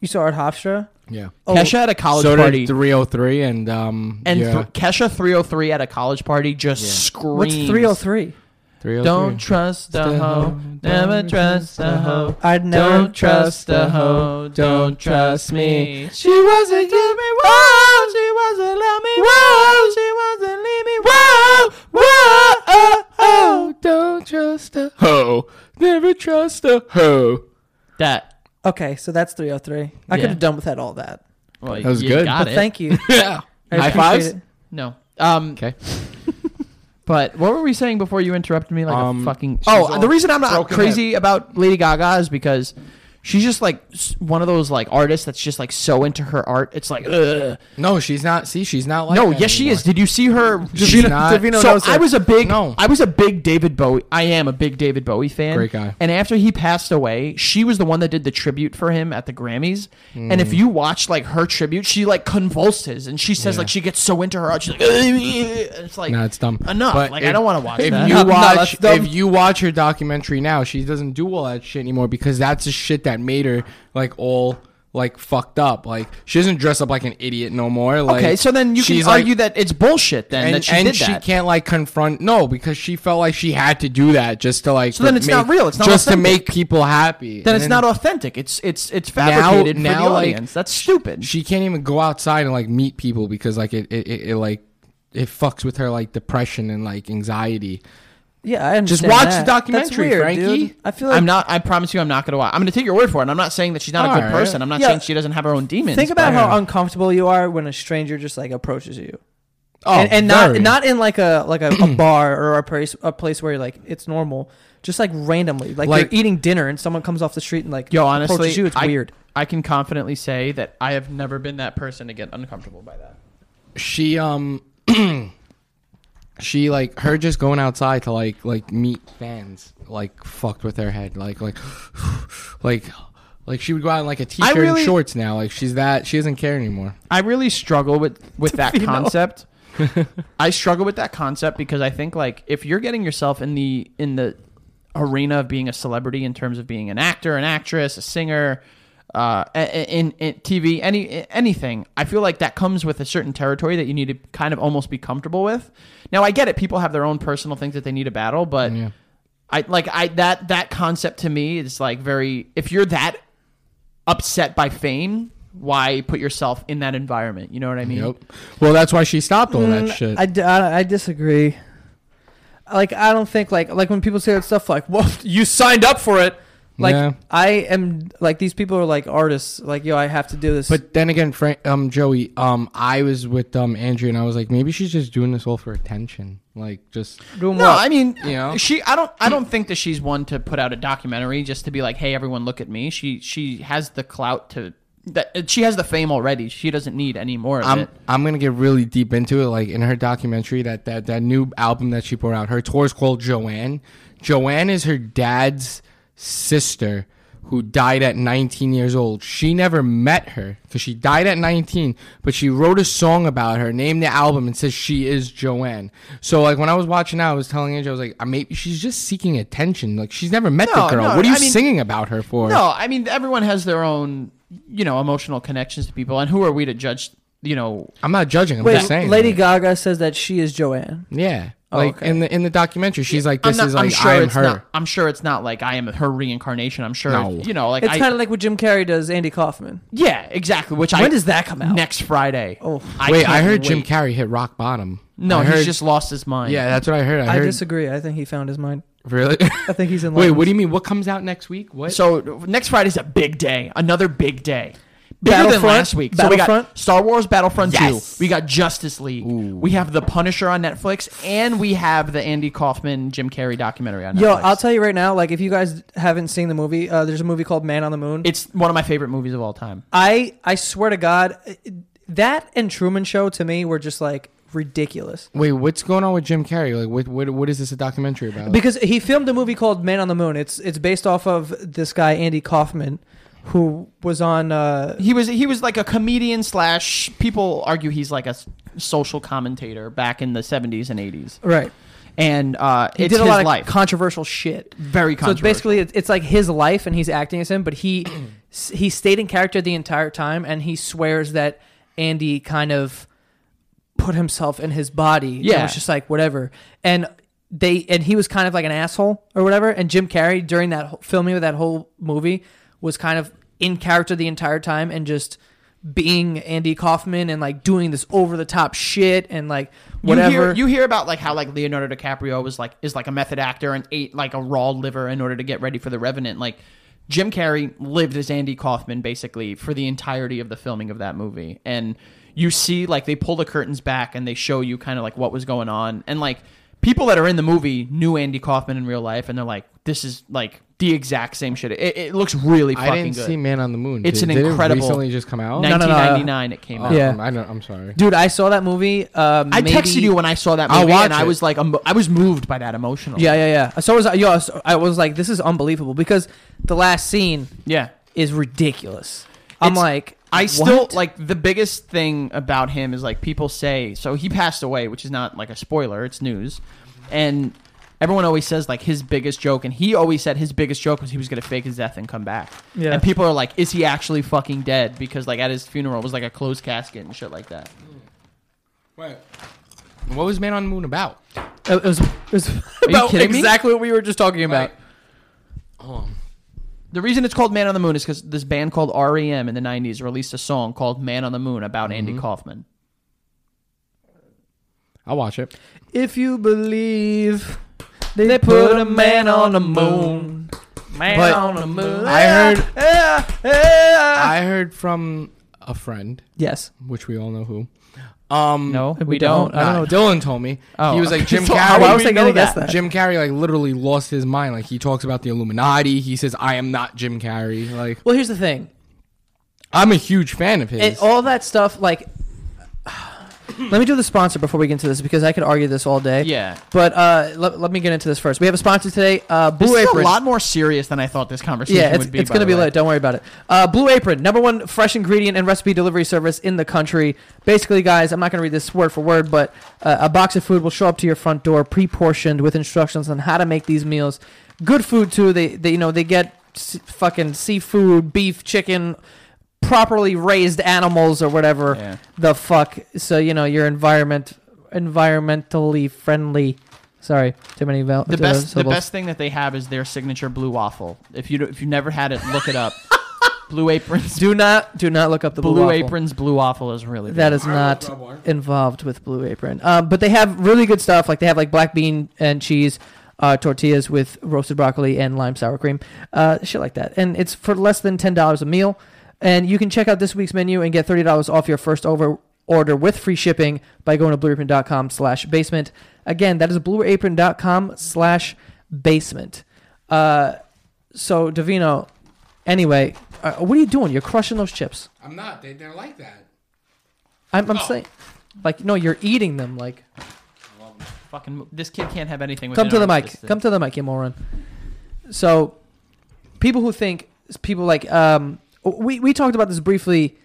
Speaker 1: you saw her at Hofstra.
Speaker 3: Yeah.
Speaker 1: Oh,
Speaker 2: Kesha at a college
Speaker 3: so
Speaker 2: party.
Speaker 3: did 303 and um
Speaker 2: and
Speaker 3: yeah,
Speaker 2: th- Kesha 303 at a college party just
Speaker 1: what's
Speaker 2: screams.
Speaker 1: three hundred three?
Speaker 3: 303.
Speaker 2: Don't trust a hoe. Never trust a hoe.
Speaker 1: I'd never
Speaker 2: Don't trust a hoe. Don't trust me. She wasn't give me whoa. She wasn't love me whoa. She wasn't leave me whoa. Whoa. Oh, oh.
Speaker 3: don't trust a hoe. Never trust a hoe.
Speaker 2: That.
Speaker 1: Okay, so that's three hundred three. I
Speaker 2: Yeah.
Speaker 1: could have done without all that.
Speaker 2: Well,
Speaker 3: That was
Speaker 2: you
Speaker 3: good.
Speaker 2: Got
Speaker 1: But
Speaker 2: it.
Speaker 1: thank you.
Speaker 3: Yeah.
Speaker 1: I
Speaker 3: High
Speaker 1: appreciate
Speaker 3: fives?
Speaker 1: it.
Speaker 2: no. Um.
Speaker 3: Okay.
Speaker 2: But what were we saying before you interrupted me like a
Speaker 3: Um,
Speaker 2: fucking?
Speaker 3: she's
Speaker 2: Oh,
Speaker 3: all
Speaker 2: the reason I'm not
Speaker 3: broken
Speaker 2: crazy about Lady Gaga is because she's just like s- one of those like artists that's just like so into her art. It's like, ugh.
Speaker 3: No, she's not. See, she's not like
Speaker 2: no,
Speaker 3: that
Speaker 2: yes, she
Speaker 3: anymore.
Speaker 2: is. Did you see her?
Speaker 3: She's not.
Speaker 2: so I was a big,
Speaker 3: No.
Speaker 2: I was a big David Bowie. I am a big David Bowie fan.
Speaker 3: Great guy.
Speaker 2: And after he passed away, she was the one that did the tribute for him at the Grammys. And
Speaker 3: Hmm.
Speaker 2: if you watch like her tribute, she like convulses and she says
Speaker 3: Yeah.
Speaker 2: like she gets so into her art. She's like, "Ugh." it's like
Speaker 3: Nah, it's dumb.
Speaker 2: Enough.
Speaker 3: But
Speaker 2: like I
Speaker 3: if-
Speaker 2: don't want to watch
Speaker 3: If
Speaker 2: that.
Speaker 3: you
Speaker 1: No, no, that's
Speaker 3: watch,
Speaker 1: dumb.
Speaker 3: if you watch her documentary now, she doesn't do all that shit anymore because that's the shit that made her like all like fucked up. Like she doesn't dress up like an idiot no more. Like,
Speaker 2: Okay, so then you can
Speaker 3: she's, like-
Speaker 2: argue that it's bullshit then
Speaker 3: and,
Speaker 2: that she
Speaker 3: and
Speaker 2: did
Speaker 3: she
Speaker 2: that.
Speaker 3: can't like confront no because she felt like she had to do that just to like
Speaker 2: So then it's not real, it's not
Speaker 3: just
Speaker 2: authentic.
Speaker 3: to make people happy
Speaker 2: then
Speaker 3: And
Speaker 2: it's not authentic. It's it's it's fabricated for
Speaker 3: now,
Speaker 2: the
Speaker 3: like,
Speaker 2: audience. That's stupid.
Speaker 3: she can't even go outside and like meet people because like it it, it, it like it fucks with her like depression and like anxiety
Speaker 1: Yeah, I
Speaker 3: just
Speaker 1: understand
Speaker 3: watch
Speaker 1: that.
Speaker 3: the documentary
Speaker 1: That's weird,
Speaker 3: frankie
Speaker 1: dude. I feel like
Speaker 2: I'm not. I promise you, I'm not going to watch. I'm going to take your word for it. and I'm not saying that she's not a good
Speaker 3: Alright.
Speaker 2: person. I'm not
Speaker 1: Yeah.
Speaker 2: saying she doesn't have her own demons.
Speaker 1: think about
Speaker 2: but-
Speaker 1: how uncomfortable you are when a stranger just like approaches you.
Speaker 3: oh
Speaker 1: and, and not
Speaker 3: very.
Speaker 1: not in like a like a, a bar or a place a place where like it's normal, just like randomly, like,
Speaker 3: Like-
Speaker 1: you're eating dinner and someone comes off the street and like
Speaker 2: Yo, honestly,
Speaker 1: approaches you. It's
Speaker 2: I,
Speaker 1: weird.
Speaker 2: I can confidently say that I have never been that person to get uncomfortable by that.
Speaker 3: she um she like her just going outside to like like meet fans like fucked with her head like like like like she would go out in like a t-shirt
Speaker 2: really-
Speaker 3: and shorts now like she's that she doesn't care anymore
Speaker 2: I really struggle with with that
Speaker 1: female.
Speaker 2: concept. I struggle with that concept because I think like if you're getting yourself in the in the arena of being a celebrity in terms of being an actor, an actress, a singer, uh, a- a- in, in TV, any anything, I feel like that comes with a certain territory that you need to kind of almost be comfortable with. Now I get it; people have their own personal things that they need to battle, but
Speaker 3: Yeah.
Speaker 2: I like I that that concept to me is like very if you're that upset by fame, why put yourself in that environment? You know what I mean?
Speaker 3: yep well that's why she stopped all that
Speaker 1: Mm,
Speaker 3: shit
Speaker 1: I, d- I- I disagree. Like I don't think like like when people say that stuff like well you signed up for it. Like
Speaker 3: Yeah.
Speaker 1: I am like these people are like artists. Like yo, I have to do this.
Speaker 3: but then again frank um joey um i was with um andrew and i was like maybe she's just doing this all for attention like just
Speaker 1: doing
Speaker 2: No,
Speaker 1: what?
Speaker 2: I mean,
Speaker 3: You know?
Speaker 2: she. I don't. I don't think that she's one to put out a documentary just to be like, "Hey, everyone, look at me." She she has the clout to that. She has the fame already. She doesn't need any more of
Speaker 3: I'm
Speaker 2: it.
Speaker 3: I'm gonna get really deep into it. Like in her documentary, that that that new album that she put out, her tour is called Joanne. Joanne is her dad's sister who died at 19 years old. She never met her because she died at 19, but she wrote a song about her, named the album, and says she is Joanne. So like when I was watching that, I was telling Angel, I was like, "Uh, maybe she's just seeking attention. Like she's never met
Speaker 2: No,
Speaker 3: the girl.
Speaker 2: no,
Speaker 3: what are you
Speaker 2: I mean-
Speaker 3: singing about her for?
Speaker 2: No, I mean, everyone has their own, you know, emotional connections to people, and who are we to judge? You know,
Speaker 3: I'm not judging. I'm
Speaker 1: Wait,
Speaker 3: just saying.
Speaker 1: Lady
Speaker 3: like-
Speaker 1: Gaga says that she is Joanne.
Speaker 3: Yeah. Like
Speaker 1: okay.
Speaker 3: in the in the documentary, she's like,
Speaker 2: Oh, I'm
Speaker 3: "This
Speaker 2: not-
Speaker 3: is like
Speaker 2: I'm sure
Speaker 3: I am
Speaker 2: it's
Speaker 3: her."
Speaker 2: not. I'm sure it's not like I am her reincarnation. I'm sure,
Speaker 3: No.
Speaker 2: you know, like
Speaker 1: It's
Speaker 2: I,
Speaker 1: kind of like what Jim Carrey does Andy Kaufman.
Speaker 2: yeah, exactly. Which I
Speaker 1: When does that come out?
Speaker 2: Next Friday.
Speaker 1: Oh.
Speaker 3: Wait, I
Speaker 2: can't
Speaker 3: heard Jim
Speaker 2: wait.
Speaker 3: Carrey hit rock bottom.
Speaker 2: No,
Speaker 3: I
Speaker 2: he's
Speaker 3: heard-
Speaker 2: just lost his mind.
Speaker 3: yeah, that's what I heard. I,
Speaker 1: I
Speaker 3: heard
Speaker 1: disagree. I think he found his mind.
Speaker 3: really.
Speaker 1: I think he's in love.
Speaker 3: Wait, what do you mean? What comes out next week? What?
Speaker 2: So next Friday's a big day. Another big day. Bigger than
Speaker 1: Battlefront?
Speaker 2: last week. So we got
Speaker 1: Battlefront?
Speaker 2: Star Wars Battlefront
Speaker 3: Yes.
Speaker 2: 2. We got Justice League. We have The Punisher on Netflix. And we have the Andy Kaufman, Jim Carrey documentary on Netflix.
Speaker 1: Yo, I'll tell you right now. Like, if you guys haven't seen the movie, uh, there's a movie called Man on the Moon.
Speaker 2: it's one of my favorite movies of all time.
Speaker 1: I I swear to God, it- that and Truman Show to me were just like ridiculous
Speaker 3: Wait, what's going on with Jim Carrey? Like, what what what is this a documentary about?
Speaker 1: because he filmed a movie called Man on the Moon. It's it's based off of this guy Andy Kaufman, who was on. Uh,
Speaker 2: He was he was like a comedian slash people argue he's like a s- social commentator back in the 70s and 80s.
Speaker 1: right,
Speaker 2: And uh
Speaker 1: he
Speaker 2: it's
Speaker 1: did a
Speaker 2: his
Speaker 1: lot of
Speaker 2: life.
Speaker 1: controversial shit. So
Speaker 2: Very
Speaker 1: it's
Speaker 2: controversial.
Speaker 1: basically it's, it's like his life and he's acting as him, but he s- he stayed in character the entire time and he swears that Andy kind of put himself in his body.
Speaker 2: Yeah.
Speaker 1: it was just like whatever. And they and he was kind of like an asshole or whatever. And Jim Carrey during that whole, filming of that whole movie was kind of in character the entire time and just being Andy Kaufman and like doing this over the top shit and like whatever.
Speaker 2: You hear, you hear about like how like Leonardo DiCaprio was like is like a method actor and ate like a raw liver in order to get ready for The Revenant. Like Jim Carrey lived as Andy Kaufman basically for the entirety of the filming of that movie, and you see like they pull the curtains back and they show you kind of like what was going on, and like people that are in the movie knew Andy Kaufman in real life, and they're like, this is like the exact same shit. It, it looks really fucking
Speaker 3: I didn't
Speaker 2: good.
Speaker 3: see Man on the Moon.
Speaker 2: It's
Speaker 3: Did-
Speaker 2: an
Speaker 3: did it
Speaker 2: incredible-
Speaker 3: recently just come out.
Speaker 1: no, no.
Speaker 2: 1999, it came out.
Speaker 3: Um,
Speaker 1: Yeah.
Speaker 3: I don't. I'm sorry.
Speaker 1: Dude, I saw that movie. Um,
Speaker 2: I texted
Speaker 1: maybe-
Speaker 2: you when I saw that
Speaker 3: I'll
Speaker 2: movie,
Speaker 3: watch
Speaker 2: and I
Speaker 3: it.
Speaker 2: was like, emo- I was moved by that emotionally.
Speaker 1: Yeah, yeah, yeah. So was I, yo, I was- I was like, this is unbelievable because the last scene
Speaker 2: yeah.
Speaker 1: is ridiculous. I'm
Speaker 2: It's-
Speaker 1: like,
Speaker 2: I still
Speaker 1: what?
Speaker 2: like the biggest thing about him is like people say so he passed away, which is not like a spoiler, it's news. And everyone always says like his biggest joke, and he always said his biggest joke was he was gonna fake his death and come back.
Speaker 1: Yeah.
Speaker 2: And people are like, is he actually fucking dead? Because like at his funeral it was like a closed casket and shit like that.
Speaker 3: Right. What was Man on the Moon about?
Speaker 1: It was, it was
Speaker 2: you
Speaker 1: about
Speaker 2: kidding me?
Speaker 1: exactly what we were just talking about.
Speaker 3: Oh,
Speaker 2: The reason it's called Man on the Moon is because this band called REM in the '90s released a song called Man on the Moon about
Speaker 1: Mm-hmm.
Speaker 2: Andy Kaufman.
Speaker 3: I'll watch it.
Speaker 1: If you believe they,
Speaker 2: put a man on the moon. Man
Speaker 3: But
Speaker 2: on the moon.
Speaker 3: I heard-
Speaker 2: Yeah, yeah.
Speaker 3: I heard from a friend,
Speaker 1: Yes.
Speaker 3: which we all know who. Um,
Speaker 2: no, we,
Speaker 1: We
Speaker 2: don't. Uh,
Speaker 1: don't. I
Speaker 3: nah, Dylan told me.
Speaker 2: Oh,
Speaker 3: he was like Jim
Speaker 2: so how
Speaker 3: Carrey.
Speaker 2: would
Speaker 1: I was
Speaker 2: we
Speaker 1: like, gonna
Speaker 2: know
Speaker 1: guess that.
Speaker 3: Jim Carrey like literally lost his mind. Like he talks about the Illuminati. He says, "I am not Jim Carrey." Like
Speaker 1: Well, here's the thing.
Speaker 3: I'm a huge fan of his.
Speaker 1: And all that stuff, like, let me do the sponsor before we get into this because I could argue this all day.
Speaker 2: Yeah.
Speaker 1: But uh, let, let me get into this first. We have a sponsor today, uh, Blue
Speaker 2: This is a
Speaker 1: Apron.
Speaker 2: lot more serious than I thought this conversation
Speaker 1: yeah, it's,
Speaker 2: would be.
Speaker 1: it's
Speaker 2: by
Speaker 1: going to
Speaker 2: the
Speaker 1: be
Speaker 2: way.
Speaker 1: lit. Don't worry about it. Uh, Blue Apron, number one fresh ingredient and recipe delivery service in the country. Basically, guys, I'm not going to read this word for word, but uh, a box of food will show up to your front door, pre-portioned with instructions on how to make these meals. Good food too. They, they you know, they get s- fucking seafood, beef, chicken, properly raised animals or whatever
Speaker 2: Yeah.
Speaker 1: the fuck. So you know, your environment environmentally friendly. Sorry, too many val-
Speaker 2: The
Speaker 1: uh,
Speaker 2: best, the
Speaker 1: syllables.
Speaker 2: best thing that they have is their signature blue waffle. If you don't- if you've never had it, look it up. blue aprons,
Speaker 1: Do not do not look up the
Speaker 2: blue,
Speaker 1: blue, Waffle.
Speaker 2: aprons, blue waffle is really
Speaker 1: that
Speaker 2: good.
Speaker 1: is
Speaker 3: Alright,
Speaker 1: not
Speaker 3: no problem.
Speaker 1: involved with Blue Apron. Um, but they have really good stuff. Like they have like black bean and cheese uh, tortillas with roasted broccoli and lime sour cream, uh, shit like that. And it's for less than ten dollars a meal. And you can check out this week's menu and get thirty dollars off your first over order with free shipping by going to blueapron.com slash basement. Again, that is blueapron.com slash basement. Uh, so Davino, anyway, uh, what are you doing? You're crushing those chips.
Speaker 3: I'm not. They, they're like that.
Speaker 1: I'm, I'm
Speaker 3: Oh.
Speaker 1: saying, like, no, you're eating them. Like,
Speaker 2: fucking. mo- This kid can't have anything.
Speaker 1: come to
Speaker 2: within
Speaker 1: the
Speaker 2: our
Speaker 1: mic.
Speaker 2: distance.
Speaker 1: Come to the mic, you moron. So, people who think people like um, we we talked about this briefly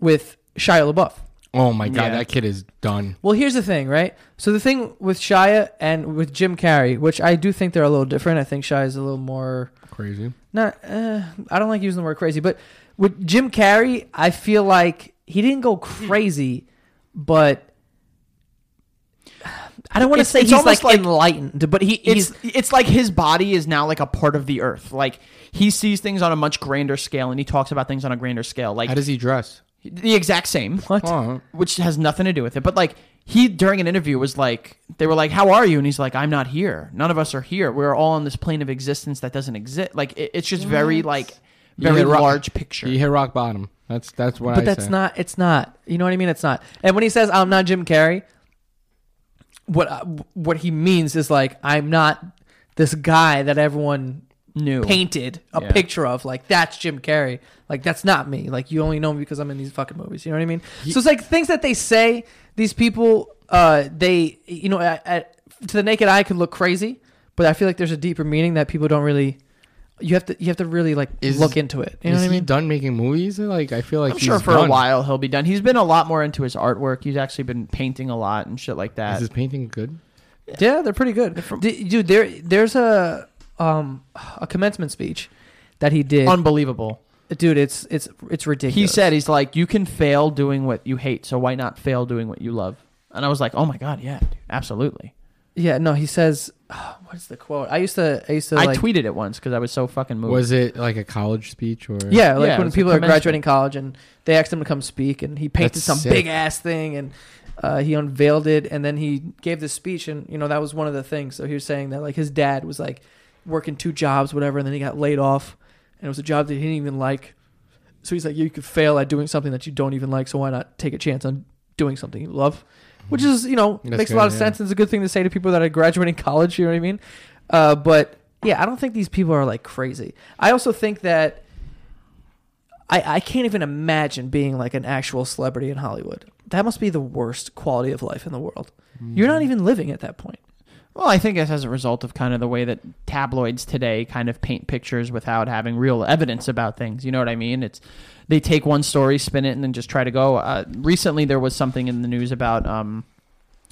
Speaker 1: with Shia LaBeouf.
Speaker 3: Oh my god,
Speaker 2: Yeah.
Speaker 3: that kid is done.
Speaker 1: Well, here's the thing, right? So the thing with Shia and with Jim Carrey, which I do think they're a little different. I think Shia is a little more
Speaker 3: Crazy.
Speaker 1: not. Uh, I don't like using the word crazy, but with Jim Carrey, I feel like he didn't go crazy, but. I don't want to
Speaker 2: It's-
Speaker 1: say
Speaker 2: it's
Speaker 1: he's
Speaker 2: almost
Speaker 1: like,
Speaker 2: like-
Speaker 1: enlightened, but he, he's
Speaker 2: it's it's like his body is now like a part of the earth. Like he sees things on a much grander scale, and he talks about things on a grander scale. Like
Speaker 3: How does he dress?
Speaker 2: the exact same. What?
Speaker 3: Oh.
Speaker 2: Which has nothing to do with it. But like he during an interview was like they were like, How are you? And he's like, I'm not here. None of us are here. We're all on this plane of existence that doesn't exist. Like it, it's just very like
Speaker 3: You
Speaker 2: very
Speaker 3: hit rock-
Speaker 2: large picture.
Speaker 3: He hit rock bottom. That's that's what I.
Speaker 1: but that's
Speaker 3: say.
Speaker 1: not it's not you know what i mean it's not and when he says i'm not jim carrey what I- what he means is like i'm not this guy that everyone
Speaker 2: New.
Speaker 1: painted a
Speaker 2: Yeah.
Speaker 1: picture of like that's jim carrey like that's not me like you only know me because i'm in these fucking movies you know what i mean so it's like things that they say these people uh they you know at, at, to the naked eye could look crazy but i feel like there's a deeper meaning that people don't really you have to you have to really like
Speaker 3: Is-
Speaker 1: look into it you know
Speaker 3: is
Speaker 1: what i
Speaker 3: he
Speaker 1: mean
Speaker 3: done making movies? Like I feel like
Speaker 2: I'm
Speaker 3: he's
Speaker 2: sure for
Speaker 3: done.
Speaker 2: a while he'll be done. He's been a lot more into his artwork. He's actually been painting a lot and shit like
Speaker 3: Is
Speaker 2: that.
Speaker 3: his painting good?
Speaker 1: Yeah, they're pretty good. D- Dude, there there's a um a commencement speech that he did.
Speaker 2: Unbelievable.
Speaker 1: Dude, it's it's it's ridiculous.
Speaker 2: He said he's like, You can fail doing what you hate, so why not fail doing what you love? And I was like, Oh my god, yeah, dude, absolutely.
Speaker 1: Yeah, no, he says what's the quote? I used to I used to
Speaker 2: I
Speaker 1: like
Speaker 2: tweeted it once because I was so fucking moved.
Speaker 3: Was it like a college speech or?
Speaker 1: Yeah, like
Speaker 2: Yeah, it
Speaker 1: when
Speaker 2: was a
Speaker 1: people are
Speaker 2: commencement.
Speaker 1: graduating college and they asked him to come speak and he painted
Speaker 3: That's
Speaker 1: some
Speaker 3: sick.
Speaker 1: big ass thing and uh, he unveiled it and then he gave this speech and you know that was one of the things. So he was saying that like his dad was like working two jobs whatever and then he got laid off and it was a job that he didn't even like. So he's like you could fail at doing something that you don't even like so why not take a chance on doing something you love? Which is, you know,
Speaker 3: That's
Speaker 1: makes a
Speaker 3: good,
Speaker 1: lot of
Speaker 3: yeah.
Speaker 1: sense. It's a good thing to say to people that are graduating college, you know what I mean? Uh, but yeah, I don't think these people are like crazy. I also think that I, I can't even imagine being like an actual celebrity in Hollywood. That must be the worst quality of life in the world. You're
Speaker 3: Mm-hmm.
Speaker 1: not even living at that point.
Speaker 2: Well, I think it's as a result of kind of the way that tabloids today kind of paint pictures without having real evidence about things. You know what I mean? It's they take one story, spin it, and then just try to go. Uh, recently, there was something in the news about um,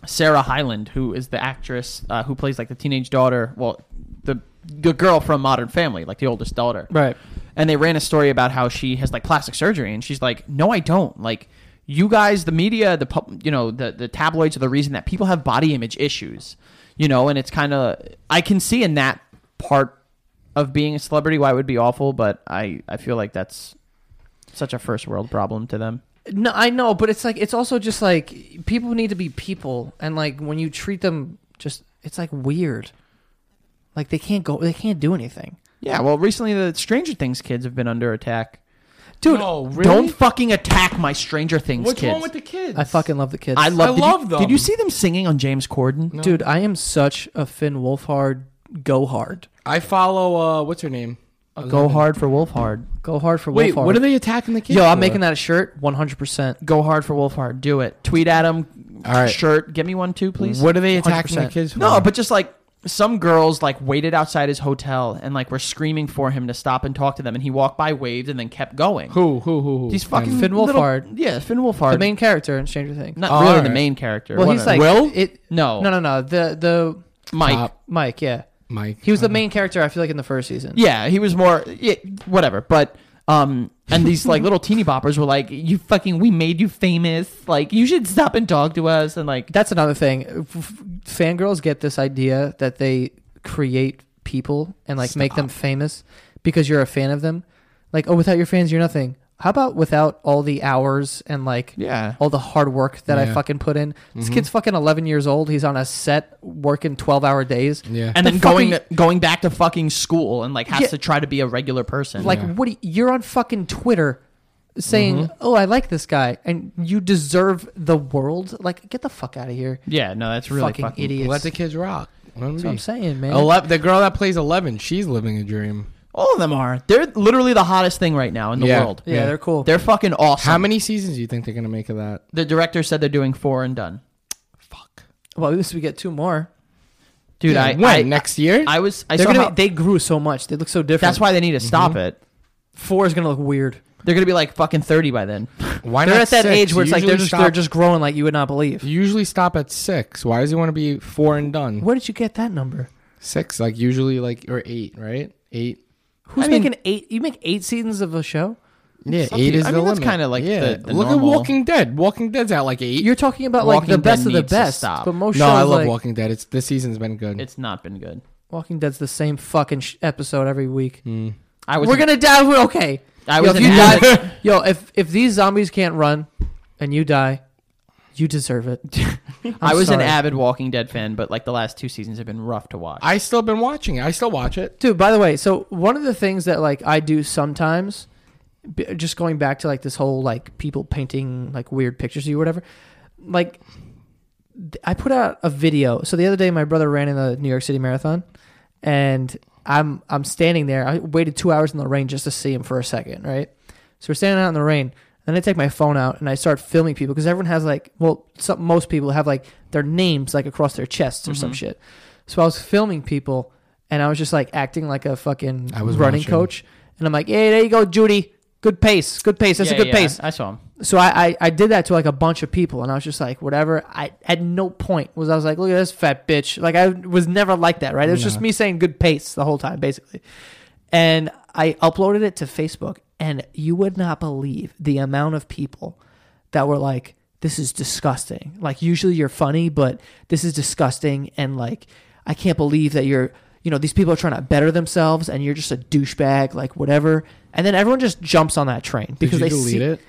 Speaker 2: Sarah Hyland, who is the actress uh, who plays like the teenage daughter, well, the the girl from Modern Family, like the oldest daughter.
Speaker 1: Right.
Speaker 2: And they ran a story about how she has like plastic surgery, and she's like, "No, I don't." Like, you guys, the media, the pub- you know, the the tabloids are the reason that people have body image issues. You know, and it's kind of I can see in that part of being a celebrity why it would be awful, but I I feel like that's such a first world problem to them.
Speaker 1: No, I know, but it's like it's also just like people need to be people, and like when you treat them, just it's like weird. Like they can't go, they can't do anything,
Speaker 2: Yeah, well, recently the Stranger Things kids have been under attack.
Speaker 1: dude.
Speaker 3: No, really?
Speaker 2: Don't fucking attack my Stranger Things
Speaker 3: What's
Speaker 2: kids.
Speaker 3: wrong with the kids?
Speaker 1: I fucking love the kids.
Speaker 2: I love.
Speaker 3: I
Speaker 2: did you-
Speaker 3: love them.
Speaker 2: Did you see them singing on James Corden?
Speaker 1: dude. I am such a Finn Wolfhard. Go hard,
Speaker 3: I follow. Uh, what's her name?
Speaker 2: Go hard for Wolfhard.
Speaker 1: go hard for
Speaker 3: Wait,
Speaker 1: Wolfhard.
Speaker 3: what are they attacking the kids?
Speaker 1: Yo, I'm
Speaker 3: for?
Speaker 1: making that a shirt, 100. percent
Speaker 2: Go hard for Wolfhard. Do it. Tweet at him.
Speaker 3: All right.
Speaker 2: Shirt. Get me one too, please.
Speaker 3: What are they attacking the
Speaker 1: 100%.
Speaker 3: kids for?
Speaker 2: No, but just like some girls like waited outside his hotel and like were screaming for him to stop and talk to them, and he walked by, waved, and then kept going.
Speaker 3: who, who, who, Um, who?
Speaker 2: These fucking
Speaker 1: Finn
Speaker 2: little-
Speaker 1: Wolfhard.
Speaker 2: Yeah, Finn Wolfhard.
Speaker 1: The main character in Stranger Things. Uh,
Speaker 2: Not
Speaker 3: Oh,
Speaker 2: really
Speaker 3: alright.
Speaker 2: the main character.
Speaker 1: well,
Speaker 2: One
Speaker 1: he's
Speaker 2: of-
Speaker 1: like
Speaker 3: Will?
Speaker 1: It,
Speaker 2: no,
Speaker 1: no, no, no. The the
Speaker 2: Mike.
Speaker 3: Top.
Speaker 1: Mike, yeah,
Speaker 3: Mike.
Speaker 1: he was
Speaker 2: Um,
Speaker 1: the main character. I feel like in the first season.
Speaker 2: Yeah, he was more yeah, whatever. But um, and these like little teeny boppers were like, "You fucking, we made you famous. Like, you should stop and talk to us." And like,
Speaker 1: That's another thing. F- f- fangirls get this idea that they create people and like make them famous because you're a fan of them. Like, oh, without your fans, you're nothing. How about without all the hours and like
Speaker 2: yeah,
Speaker 1: all the hard work that I
Speaker 3: Yeah. Mm-hmm.
Speaker 1: fucking put in? This kid's fucking 11 years old. He's on a set working 12 hour days.
Speaker 3: Yeah.
Speaker 2: and
Speaker 1: The
Speaker 2: then going
Speaker 1: fucking-
Speaker 2: going back to fucking school and like has
Speaker 1: Yeah.
Speaker 2: to try to be a regular person.
Speaker 1: Like,
Speaker 3: Yeah. Mm-hmm.
Speaker 1: what? Do you, you're on fucking Twitter saying, "Oh, I like this guy," and you deserve the world. Like, get the fuck out of here,
Speaker 2: yeah, no, that's really fucking,
Speaker 1: fucking, idiots.
Speaker 3: Let the kids rock. Let 'em
Speaker 1: That's what I'm
Speaker 3: be.
Speaker 1: saying, man.
Speaker 3: Ele- the girl that plays Eleven, she's living a dream.
Speaker 2: All of them are. They're literally the hottest thing right now in the
Speaker 3: Yeah.
Speaker 2: world.
Speaker 1: yeah,
Speaker 3: Yeah.
Speaker 1: they're cool.
Speaker 2: They're fucking awesome.
Speaker 3: How many seasons do you think they're gonna make of that?
Speaker 2: the director said they're doing four and done.
Speaker 3: Fuck.
Speaker 1: well, at least we get two more.
Speaker 2: Dude,
Speaker 3: Yeah,
Speaker 2: I
Speaker 3: when
Speaker 2: I,
Speaker 3: next year?
Speaker 2: I was I
Speaker 1: They're
Speaker 2: saw
Speaker 1: gonna
Speaker 2: how-
Speaker 1: be, they grew so much. They look so different.
Speaker 2: that's why they need to
Speaker 3: Mm-hmm.
Speaker 2: stop it.
Speaker 1: four is gonna look weird.
Speaker 2: They're gonna be like fucking thirty by then.
Speaker 3: Why
Speaker 1: They're
Speaker 3: not
Speaker 1: at that
Speaker 3: six?
Speaker 1: age where it's like they're
Speaker 3: Usually
Speaker 1: just
Speaker 3: stop-
Speaker 1: they're just growing like you would not believe.
Speaker 3: You usually stop at six. Why does he want to be four and done?
Speaker 1: Where did you get that number?
Speaker 3: Six, like usually like or eight, right? Eight.
Speaker 1: Who's
Speaker 2: I mean-
Speaker 1: making eight? You make eight seasons of a show.
Speaker 3: Yeah,
Speaker 2: Some
Speaker 3: eight
Speaker 2: people-
Speaker 3: is
Speaker 2: I
Speaker 3: the
Speaker 2: mean, that's
Speaker 3: limit.
Speaker 2: kinda like
Speaker 3: yeah.
Speaker 2: the- the
Speaker 3: Look
Speaker 2: normal-
Speaker 3: at Walking Dead. Walking Dead's at like 8
Speaker 1: You're talking about like the
Speaker 2: Walking
Speaker 1: best
Speaker 2: Dead
Speaker 1: of the
Speaker 2: needs to
Speaker 1: best,
Speaker 2: stop.
Speaker 1: but most
Speaker 3: no,
Speaker 1: shows
Speaker 3: I love
Speaker 1: like,
Speaker 3: Walking Dead. It's this season's been good.
Speaker 2: It's not been good.
Speaker 1: Walking Dead's the same fucking sh- episode every week.
Speaker 2: I was
Speaker 1: We're gonna die. We're okay.
Speaker 2: I
Speaker 1: yo,
Speaker 2: was
Speaker 1: if
Speaker 2: an
Speaker 1: you
Speaker 2: avid-
Speaker 1: die, yo, if if these zombies can't run, and you die, you deserve it. I'm
Speaker 2: I was
Speaker 1: sorry.
Speaker 2: an avid Walking Dead fan, but like the last two seasons have been rough to watch.
Speaker 3: I still been watching it. I still watch it.
Speaker 1: dude by the way so one of the things that like i do sometimes b- just going back to like this whole like people painting like weird pictures of you or whatever like th- i put out a video so the other day my brother ran in the new york city marathon and i'm i'm standing there i waited two hours in the rain just to see him for a second right so we're standing out in the rain then i take my phone out and i start filming people because everyone has like well some, most people have like their names like across their chests or
Speaker 3: Mm-hmm.
Speaker 1: some shit so i was filming people and i was just like acting like a fucking
Speaker 3: I was
Speaker 1: running
Speaker 3: watching.
Speaker 1: coach and i'm like hey there you go judy good pace good pace that's
Speaker 2: Yeah,
Speaker 1: a good
Speaker 2: yeah,
Speaker 1: pace
Speaker 2: I saw him.
Speaker 1: so I, I I did that to like a bunch of people, and I was just like, whatever. I at no point was I was like, look at this fat bitch. Like I was never like that, right? It was just me saying good pace the whole time, basically. And I uploaded it to Facebook, and you would not believe the amount of people that were like, this is disgusting. Like usually you're funny, but this is disgusting, and like I can't believe that you're. You know, these people are trying to better themselves, and you're just a douchebag, like whatever. And then everyone just jumps on that train
Speaker 3: Did
Speaker 1: because
Speaker 3: you
Speaker 1: they
Speaker 3: delete
Speaker 1: see,
Speaker 3: it?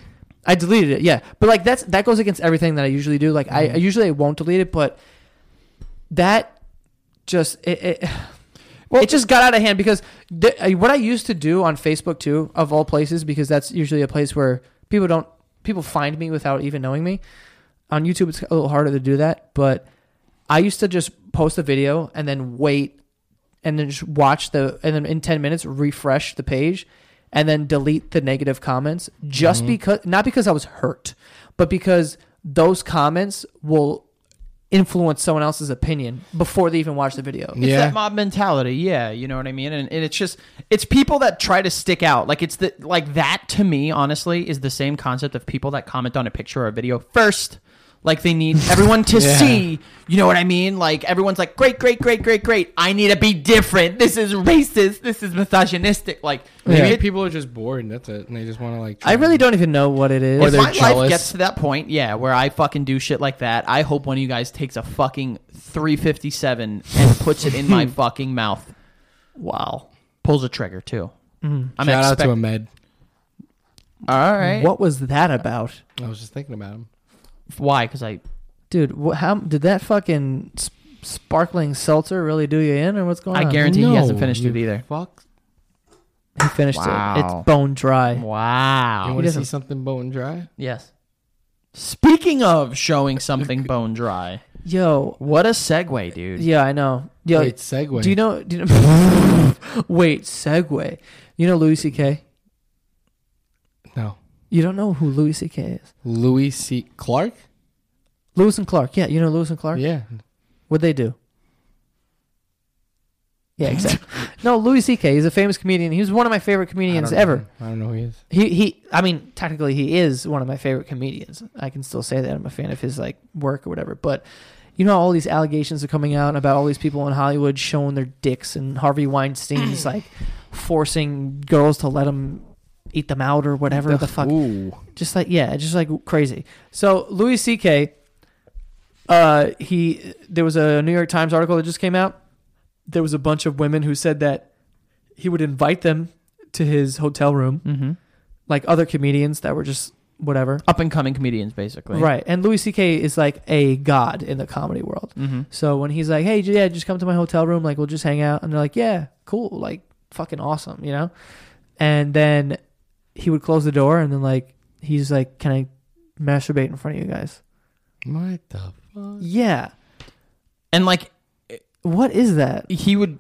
Speaker 1: I deleted it, yeah. But like that's that goes against everything that I usually do. Like I, I usually won't delete it, but that just it it, it just got out of hand because th- uh, what I used to do on Facebook too, of all places, because that's usually a place where people don't people find me without even knowing me. On YouTube, it's a little harder to do that, but I used to just post a video and then wait and then just watch the and then in 10 minutes refresh the page and then delete the negative comments just because not because I was hurt, but because those comments will influence someone else's opinion before they even watch the video.
Speaker 2: It's
Speaker 3: Yeah.
Speaker 2: that mob mentality. Yeah, you know what I mean. And, and it's just it's people that try to stick out. Like it's the like that to me honestly is the same concept of people that comment on a picture or a video first. Like they need everyone to see. You know what I mean? Like everyone's like, great, great, great, great, great. I need to be different. This is racist. This is misogynistic. Like
Speaker 3: Maybe
Speaker 2: it-
Speaker 3: people are just bored. That's it, and they just want to like.
Speaker 1: I really don't even know what it is.
Speaker 3: Or
Speaker 2: if
Speaker 3: they're
Speaker 2: my life
Speaker 3: jealous.
Speaker 2: gets to that point, yeah, where I fucking do shit like that, I hope one of you guys takes a fucking 357 and puts it in my fucking mouth. Wow. Pulls a trigger too. I'm
Speaker 3: Shout out
Speaker 2: expect-
Speaker 3: to Ahmed.
Speaker 2: All right.
Speaker 1: What was that about,
Speaker 3: I was just thinking about him.
Speaker 2: Why? Because I
Speaker 1: dude? Wh- how did that fucking s- sparkling seltzer really do you in, or what's going
Speaker 2: I
Speaker 1: on?
Speaker 2: guarantee he hasn't
Speaker 3: No,
Speaker 2: finished
Speaker 3: you
Speaker 2: it either.
Speaker 3: Fuck.
Speaker 1: he finished
Speaker 2: Wow.
Speaker 1: it. It's bone dry.
Speaker 3: You
Speaker 2: Wow.
Speaker 3: want to see
Speaker 1: Oh, doesn't-
Speaker 3: something bone dry?
Speaker 2: Yes. Speaking of showing something bone dry,
Speaker 1: Yo,
Speaker 2: what a segue, dude.
Speaker 1: yeah, I know. Yo,
Speaker 3: Wait, segue.
Speaker 1: do you know? Do you know wait, segue. You know Louis C.K.
Speaker 3: No.
Speaker 1: You don't know who Louis C.K. is?
Speaker 3: Louis C. Clark.
Speaker 1: Lewis and Clark. Yeah, you know Lewis and Clark.
Speaker 3: Yeah.
Speaker 1: What'd they do? Yeah, exactly. no, Louis C.K. He's a famous comedian. He was one of my favorite comedians
Speaker 3: I don't
Speaker 1: ever.
Speaker 3: know. I don't know who he is.
Speaker 1: He he. I mean, technically, he is one of my favorite comedians. I can still say that I'm a fan of his like work or whatever. But you know, how all these allegations are coming out about all these people in Hollywood showing their dicks, and Harvey Weinstein's like forcing girls to let him eat them out or whatever the fuck
Speaker 3: Ooh.
Speaker 1: just like yeah, just like crazy. So Louis C.K. Uh, he there was a New York Times article that just came out. There was a bunch of women who said that he would invite them to his hotel room,
Speaker 2: Mm-hmm.
Speaker 1: like other comedians that were just whatever.
Speaker 2: Up and coming comedians, basically.
Speaker 1: Right, and Louis C.K. is like a god in the comedy world.
Speaker 2: Mm-hmm.
Speaker 1: So when he's like, "Hey, j- yeah, just come to my hotel room. Like, we'll just hang out," and they're like, "Yeah, cool. Like, fucking awesome," you know. And then he would close the door, and then like he's like, "Can I masturbate in front of you guys?"
Speaker 3: What the fuck?
Speaker 1: Yeah.
Speaker 2: And like
Speaker 1: What is that?
Speaker 2: he would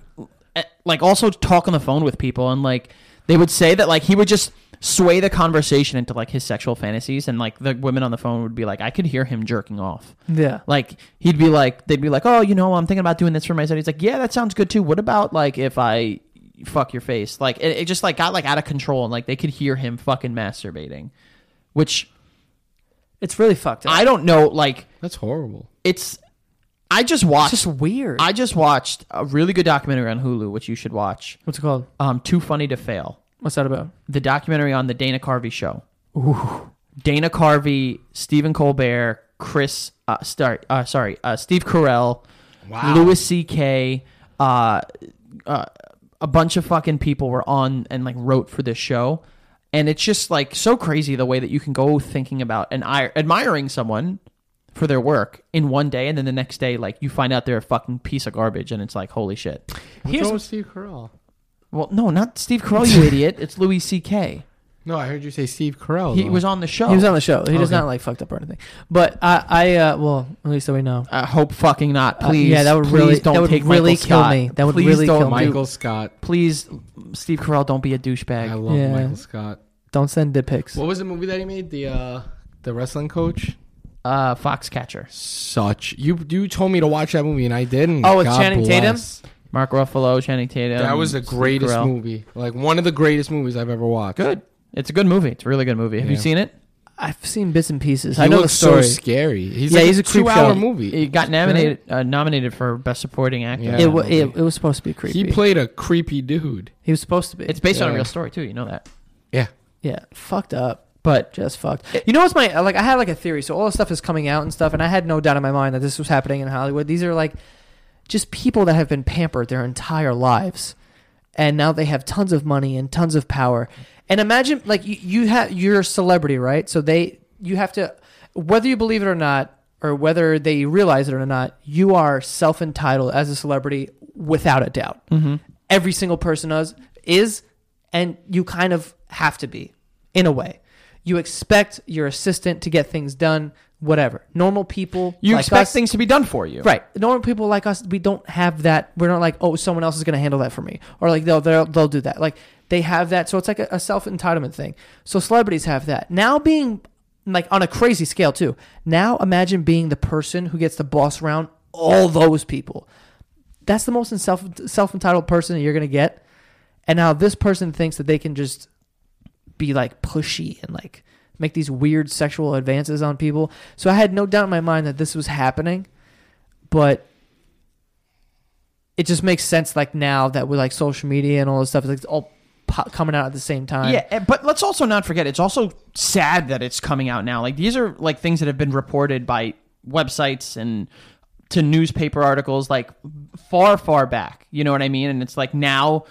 Speaker 2: eh, like also talk on the phone with people and like they would say that like he would just sway the conversation into like his sexual fantasies and like the women on the phone would be like I could hear him jerking off.
Speaker 1: Yeah.
Speaker 2: Like he'd be like they'd be like oh you know I'm thinking about doing this for myself. He's like yeah that sounds good too. What about like if I fuck your face? Like it, it just like got like out of control and like they could hear him fucking masturbating. Which
Speaker 1: It's really fucked up.
Speaker 2: I don't know like
Speaker 3: That's horrible.
Speaker 2: it's I just
Speaker 1: it's
Speaker 2: watched
Speaker 1: just weird.
Speaker 2: I just watched a really good documentary on Hulu which you should watch.
Speaker 1: What's it called?
Speaker 2: um, Too Funny to Fail,
Speaker 1: What's that about?
Speaker 2: the documentary on the Dana Carvey show. Dana Carvey, Stephen Colbert, Chris, uh, star, uh, sorry, uh, Steve Carell, Louis C.K., uh, uh, a bunch of fucking people were on and like wrote for this show. And it's just like so crazy the way that you can go thinking about and I- admiring someone for their work in one day, and then the next day, like you find out they're a fucking piece of garbage, and it's like, holy shit.
Speaker 3: What's wrong with Steve Carell?
Speaker 2: Well, no, not Steve Carell, you idiot. It's Louis C.K.
Speaker 3: No, I heard you say Steve Carell.
Speaker 2: He
Speaker 3: though.
Speaker 2: was on the show.
Speaker 1: He was on the show. He was not like fucked up or anything. But I, I, uh, well, at least so we know.
Speaker 2: I hope fucking not.
Speaker 1: Uh,
Speaker 2: Please.
Speaker 1: yeah, that would
Speaker 2: please
Speaker 1: really-
Speaker 2: don't
Speaker 1: that would
Speaker 2: take
Speaker 1: really
Speaker 2: Michael
Speaker 1: kill
Speaker 2: Scott.
Speaker 1: me. That would
Speaker 2: Please
Speaker 1: really
Speaker 2: don't
Speaker 1: kill me.
Speaker 2: Michael.
Speaker 3: Michael Scott.
Speaker 2: Please, Steve Carell, don't be a
Speaker 3: I
Speaker 2: douchebag.
Speaker 3: love
Speaker 1: Yeah.
Speaker 3: Michael Scott.
Speaker 1: Don't send dick pics.
Speaker 3: What was the movie that he made? The uh, the wrestling coach.
Speaker 2: Uh, Foxcatcher.
Speaker 3: Such you you told me to watch that movie and I didn't.
Speaker 1: Oh, with
Speaker 3: God
Speaker 1: Channing Tatum? Um,
Speaker 3: bless.
Speaker 2: Mark Ruffalo, Channing Tatum.
Speaker 3: That was the
Speaker 2: Steve
Speaker 3: greatest
Speaker 2: Carell.
Speaker 3: movie. Like one of the greatest movies I've ever watched.
Speaker 2: Good. It's a good movie. It's a really good movie. Have you
Speaker 3: Yeah.
Speaker 2: seen it?
Speaker 1: I've seen bits and pieces.
Speaker 3: He
Speaker 1: I know the
Speaker 3: looks
Speaker 1: story.
Speaker 3: so scary. He's
Speaker 1: Yeah,
Speaker 3: like
Speaker 1: he's a
Speaker 3: a
Speaker 1: creep
Speaker 3: two-hour
Speaker 1: show.
Speaker 3: movie.
Speaker 2: It got nominated uh, nominated for best supporting actor.
Speaker 3: Yeah.
Speaker 1: it, wa- it, it was supposed to be creepy.
Speaker 3: He played a creepy dude.
Speaker 1: He was supposed to be.
Speaker 2: It's based on a
Speaker 3: Yeah.
Speaker 2: real story too. You know that.
Speaker 3: Yeah,
Speaker 1: yeah, fucked up.
Speaker 2: But
Speaker 1: Just fucked. You know what's my like? I had like a theory. So all this stuff is coming out and stuff, and I had no doubt in my mind that this was happening in Hollywood. These are like just people that have been pampered their entire lives, and now they have tons of money and tons of power. And imagine like you, you have you're a celebrity, right? So they you have to whether you believe it or not, or whether they realize it or not, you are self entitled as a celebrity without a doubt. Every single person is is, and you kind of have to be in a way. You expect your assistant to get things done, whatever. Normal people
Speaker 2: you
Speaker 1: like
Speaker 2: expect
Speaker 1: us-
Speaker 2: things to be done for you.
Speaker 1: Right. Normal people like us, we don't have that. We're not like, oh, someone else is going to handle that for me, or like they'll they'll, they'll do that. Like they have that, so it's like a, a self entitlement thing. So celebrities have that. Now being like on a crazy scale too. Now imagine being the person who gets to boss around all those people. That's the most self self entitled person that you're going to get. And now this person thinks that they can just be like pushy and like make these weird sexual advances on people. So I had no doubt in my mind that this was happening, but it just makes sense like now that with like social media and all this stuff, it's like all po- coming out at the same time.
Speaker 2: Yeah, eh, but let's also not forget it's also sad that it's coming out now. Like these are like things that have been reported by websites and to newspaper articles like far far back. You know what I mean? And it's like now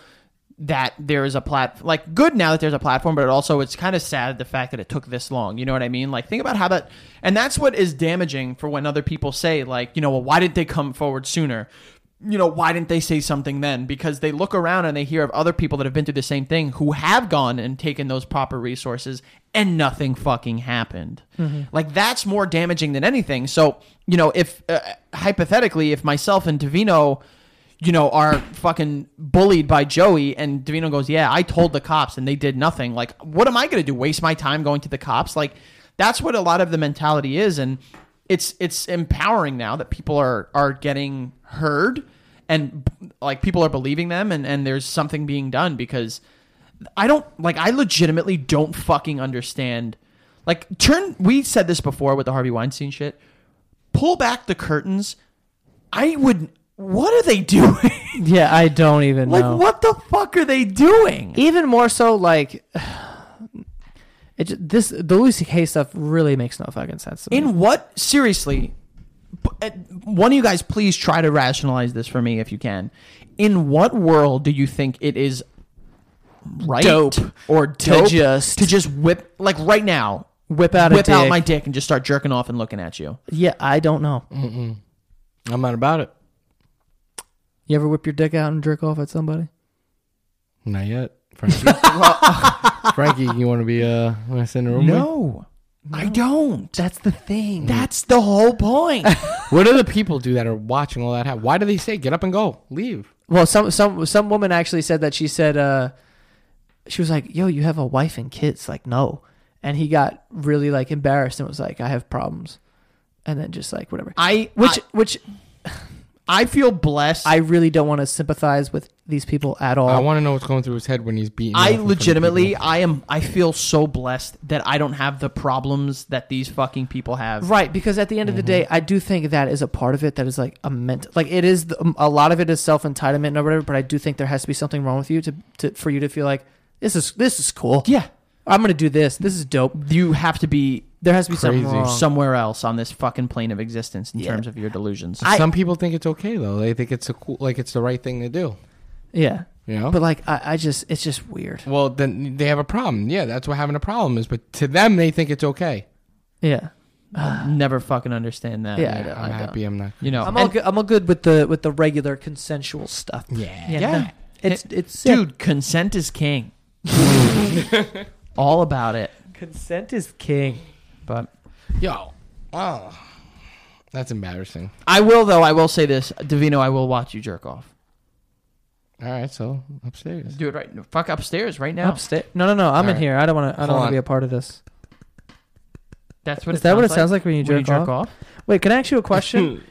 Speaker 2: that there is a plat like good now that there's a platform, but it also it's kind of sad the fact that it took this long. You know what I mean? Like think about how that and that's what is damaging for when other people say like, you know, well why didn't they come forward sooner? you know, why didn't they say something then? Because they look around and they hear of other people that have been through the same thing who have gone and taken those proper resources and nothing fucking happened. Like that's more damaging than anything. So, you know, if uh, hypothetically, if myself and Davino, you know, are fucking bullied by Joey and Davino goes, yeah, I told the cops and they did nothing. Like, what am I going to do? Waste my time going to the cops? Like, that's what a lot of the mentality is. And, it's it's empowering now that people are are getting heard and like people are believing them and and there's something being done because I don't like I legitimately don't fucking understand like turn we said this before with the Harvey Weinstein shit pull back the curtains I would what are they doing
Speaker 1: Yeah, I don't even
Speaker 2: like
Speaker 1: know.
Speaker 2: what the fuck are they doing
Speaker 1: Even more so, like it. Just, this the Louis C.K. stuff really makes no fucking sense. To me.
Speaker 2: In what seriously? p- uh, One of you guys, please try to rationalize this for me if you can. In what world do you think it is right
Speaker 1: Dope.
Speaker 2: or dope
Speaker 1: just-
Speaker 2: to just whip like right now?
Speaker 1: whip out a
Speaker 2: whip out
Speaker 1: dick.
Speaker 2: my dick and just start jerking off and looking at you.
Speaker 1: yeah, I don't know.
Speaker 3: I'm not about it.
Speaker 1: You ever whip your dick out and jerk off at somebody?
Speaker 3: Not yet, Frankie. Frankie, you want to be uh, want to send a room?
Speaker 2: No, I don't.
Speaker 1: That's the thing.
Speaker 2: That's the whole point.
Speaker 3: What do the people do that are watching all that? happen? Why do they say get up and go, leave?
Speaker 1: Well, some some some woman actually said that she said uh she was like, "Yo, you have a wife and kids." Like, "No." And he got really like embarrassed and was like, "I have problems." And then just like whatever.
Speaker 2: I
Speaker 1: which
Speaker 2: which
Speaker 1: which
Speaker 2: I, feel blessed.
Speaker 1: I really don't want to sympathize with these people at all.
Speaker 3: I want to know what's going through his head when he's beating.
Speaker 2: I
Speaker 3: up in front of
Speaker 2: legitimately,
Speaker 3: people.
Speaker 2: I am, I feel so blessed that I don't have the problems that these fucking people have.
Speaker 1: Right, because at the end of the
Speaker 3: Mm-hmm.
Speaker 1: day, I do think that is a part of it that is like a mental, like it is the, um, a lot of it is self entitlement or whatever. But I do think there has to be something wrong with you to, to for you to feel like this is this is cool.
Speaker 2: Yeah,
Speaker 1: I'm gonna do this. This is dope.
Speaker 2: you have to be
Speaker 1: There has to be
Speaker 3: Crazy.
Speaker 1: something wrong.
Speaker 2: somewhere else on this fucking plane of existence in
Speaker 1: Yeah.
Speaker 2: terms of your delusions.
Speaker 1: I-
Speaker 3: Some people think it's okay though. They think it's a cool, like it's the right thing to do.
Speaker 1: yeah,
Speaker 3: You know.
Speaker 1: but like I, I just it's just weird.
Speaker 3: well, then they have a problem. Yeah, that's what having a problem is. But to them, they think it's okay.
Speaker 1: Yeah,
Speaker 2: I'll never fucking understand that.
Speaker 1: Yeah,
Speaker 2: I don't-
Speaker 3: I'm
Speaker 2: I don't.
Speaker 3: happy. I'm not.
Speaker 2: You know,
Speaker 1: I'm all
Speaker 2: and-
Speaker 1: good, I'm all good with the with the regular consensual stuff.
Speaker 3: Yeah.
Speaker 1: yeah,
Speaker 2: Yeah.
Speaker 1: no. it's it's sick.
Speaker 2: dude, consent is king. all about it.
Speaker 1: Consent is king.
Speaker 2: But
Speaker 3: Yo. Oh. That's embarrassing.
Speaker 2: I will though. I will say this, Davino. I will watch you jerk off.
Speaker 3: All right, so upstairs.
Speaker 2: Do it right. Fuck upstairs right now.
Speaker 1: Upstairs? No, no, no. I'm in
Speaker 3: Alright.
Speaker 1: here. I don't want to. I
Speaker 3: Hold
Speaker 1: don't want to
Speaker 3: on.
Speaker 1: be a part of this.
Speaker 2: That's what.
Speaker 1: Is that what it sounds like when you jerk,
Speaker 2: when you jerk off?
Speaker 1: Wait, can I ask you a question?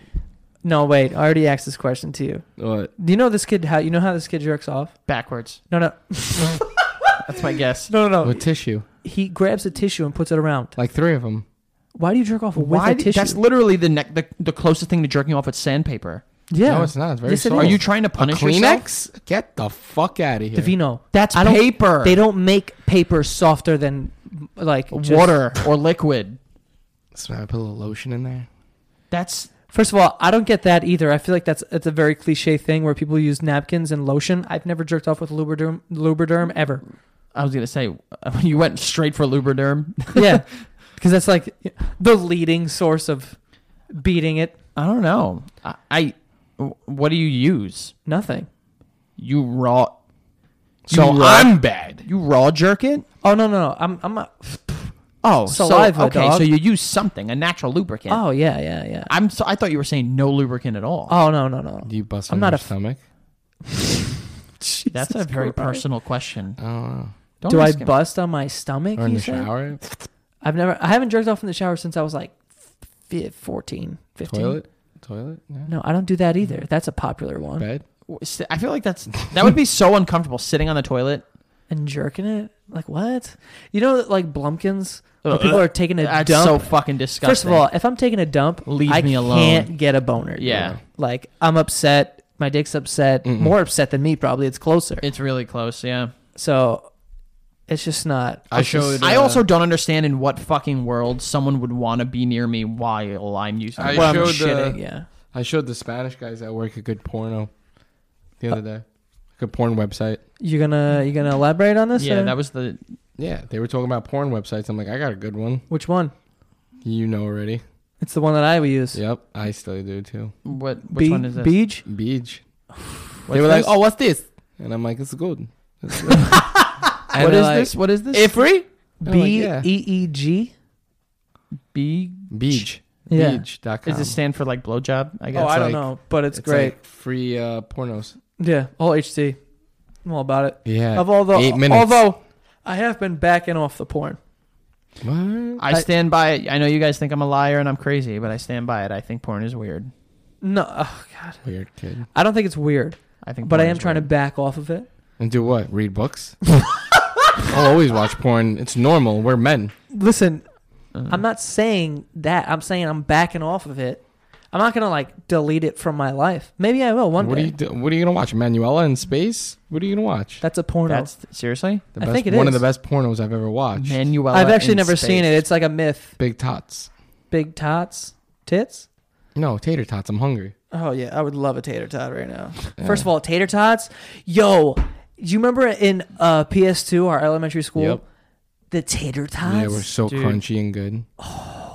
Speaker 1: no, wait. I already asked this question to you.
Speaker 3: What?
Speaker 1: Do you know this kid? How you know how this kid jerks off?
Speaker 2: Backwards.
Speaker 1: No, no,
Speaker 2: That's my guess.
Speaker 1: no, no, no.
Speaker 3: With tissue,
Speaker 1: He grabs a tissue and puts it around.
Speaker 3: like three of them.
Speaker 1: Why do you jerk off with
Speaker 2: Why?
Speaker 1: a
Speaker 2: d-
Speaker 1: tissue?
Speaker 2: That's literally the neck. The, the closest thing to jerking off with sandpaper.
Speaker 1: yeah,
Speaker 3: No, it's not. It's very
Speaker 1: Yes, it
Speaker 3: soft.
Speaker 2: Are
Speaker 1: is.
Speaker 2: you trying to punish yourself?
Speaker 3: Kleenex? Get the fuck out of here.
Speaker 1: Davino.
Speaker 2: That's
Speaker 1: I don't-
Speaker 2: paper.
Speaker 1: They don't make paper softer than like just-
Speaker 2: water or liquid.
Speaker 3: So I put a little lotion in there.
Speaker 2: That's
Speaker 1: First of all, I don't get that either. I feel like that's it's a very cliche thing where people use napkins and lotion. I've never jerked off with Lubriderm, Lubriderm ever.
Speaker 2: I was gonna say you went straight for Lubriderm.
Speaker 1: Yeah, because that's like the leading source of beating it.
Speaker 2: I don't know. I, I what do you use?
Speaker 1: Nothing.
Speaker 2: You raw.
Speaker 3: So
Speaker 2: you raw,
Speaker 3: I'm bad.
Speaker 2: you raw jerk it.
Speaker 1: Oh no no no! I'm I'm not.
Speaker 2: Oh,
Speaker 1: Saliva,
Speaker 2: So, okay,
Speaker 1: dog.
Speaker 2: so you use something, a natural lubricant.
Speaker 1: Oh yeah yeah yeah.
Speaker 2: I'm. So, I thought you were saying no lubricant at all.
Speaker 1: Oh no no no.
Speaker 3: Do you bust
Speaker 1: I'm
Speaker 3: on
Speaker 1: not
Speaker 3: your
Speaker 1: a f-
Speaker 3: stomach?
Speaker 2: That's a
Speaker 1: Jesus
Speaker 2: very
Speaker 1: Christ.
Speaker 2: personal question.
Speaker 3: I don't know.
Speaker 2: Don't
Speaker 1: Do I
Speaker 2: ask him.
Speaker 1: bust on my stomach?
Speaker 3: Or in
Speaker 1: you
Speaker 3: the
Speaker 1: say?
Speaker 3: shower?
Speaker 1: I've never. I haven't jerked off in the shower since I was like fi- 14, 15.
Speaker 3: Toilet? Mm-hmm. Toilet? Yeah.
Speaker 1: No, I don't do that either. That's a popular one.
Speaker 3: Bed?
Speaker 2: I feel like that's that would be so uncomfortable sitting on the toilet
Speaker 1: and jerking it. Like what? You know, like Blumpkins, when
Speaker 2: Ugh.
Speaker 1: people are taking a
Speaker 2: That's
Speaker 1: dump.
Speaker 2: so fucking disgusting.
Speaker 1: First of all, if I'm taking a dump,
Speaker 2: Leave
Speaker 1: I
Speaker 2: me alone.
Speaker 1: Can't get a boner. dude.
Speaker 2: Yeah.
Speaker 1: like I'm upset. My dick's upset.
Speaker 3: Mm-mm.
Speaker 1: More upset than me, probably. It's closer.
Speaker 2: it's really close. Yeah.
Speaker 1: so it's just not.
Speaker 3: I
Speaker 1: it's just-
Speaker 3: showed.
Speaker 2: I
Speaker 3: uh,
Speaker 2: also don't understand in what fucking world someone would want to be near me while I'm using.
Speaker 3: I
Speaker 2: while
Speaker 1: Well,
Speaker 2: I'm
Speaker 1: I'm
Speaker 3: showed, uh,
Speaker 1: shitting. Yeah.
Speaker 3: I showed the Spanish guys at work a good porno the other
Speaker 1: Uh.
Speaker 3: day. Like a porn website.
Speaker 1: You gonna you gonna elaborate on this? uh,
Speaker 2: yeah,
Speaker 1: or-
Speaker 2: that was the
Speaker 3: Yeah, they were talking about porn websites. I'm like, I got a good one.
Speaker 1: Which one?
Speaker 3: You know already.
Speaker 1: It's the one that I would use.
Speaker 3: Yep, I still do too.
Speaker 2: what? Which
Speaker 1: Be-
Speaker 2: one is this?
Speaker 1: Beach.
Speaker 3: Beach.
Speaker 2: What's
Speaker 3: they were
Speaker 2: this?
Speaker 3: like, "Oh, what's this?" And I'm like, "It's good." It's good. And
Speaker 2: what
Speaker 3: they're
Speaker 2: is
Speaker 3: like,
Speaker 2: this? What is this?
Speaker 3: It free? I'm like,
Speaker 1: B
Speaker 3: yeah.
Speaker 1: E E G.
Speaker 2: B
Speaker 3: Beach.
Speaker 1: Yeah.
Speaker 3: Beach.com.
Speaker 2: is this stand for like blowjob? I guess.
Speaker 1: Oh, I don't
Speaker 3: like-
Speaker 1: know, but it's,
Speaker 3: It's
Speaker 1: great.
Speaker 3: like free uh, pornos.
Speaker 1: yeah, all HD. I'm all about it.
Speaker 3: Yeah.
Speaker 1: Of although
Speaker 3: Eight minutes.
Speaker 1: although I have been backing off the porn.
Speaker 3: What?
Speaker 2: I stand by it. I know you guys think I'm a liar and I'm crazy, but I stand by it. I think porn is weird.
Speaker 1: No, oh god,
Speaker 3: Weird kid.
Speaker 1: I don't think it's weird,
Speaker 2: I think.
Speaker 1: but I
Speaker 2: porn
Speaker 1: am
Speaker 2: is
Speaker 1: trying to
Speaker 2: weird.
Speaker 1: back off of it.
Speaker 3: And do what? Read books? I'll always watch porn. It's normal. We're men.
Speaker 1: Listen,
Speaker 3: Uh-huh.
Speaker 2: Uh,
Speaker 1: I'm not saying that. I'm saying I'm backing off of it. I'm not gonna like delete it from my life. Maybe I will one
Speaker 3: what
Speaker 1: day.
Speaker 3: are you do- What are you gonna watch? Manuela in space? What are you gonna watch?
Speaker 1: That's a porno.
Speaker 2: That's seriously.
Speaker 3: The
Speaker 1: I
Speaker 3: best,
Speaker 1: think it
Speaker 3: one
Speaker 1: is.
Speaker 3: of the best pornos I've ever watched.
Speaker 2: Manuela.
Speaker 1: I've actually
Speaker 2: in
Speaker 1: never
Speaker 2: space.
Speaker 1: seen it. It's like a myth.
Speaker 3: Big tots.
Speaker 1: Big tots, tits.
Speaker 3: No, tater tots. I'm hungry.
Speaker 1: Oh yeah, I would love a tater tot right now.
Speaker 3: Yeah.
Speaker 1: First of all, tater tots. Yo, you remember in uh, PS2, our elementary school,
Speaker 3: Yep.
Speaker 1: the tater tots?
Speaker 3: Yeah, we're so
Speaker 2: Dude.
Speaker 3: crunchy and good.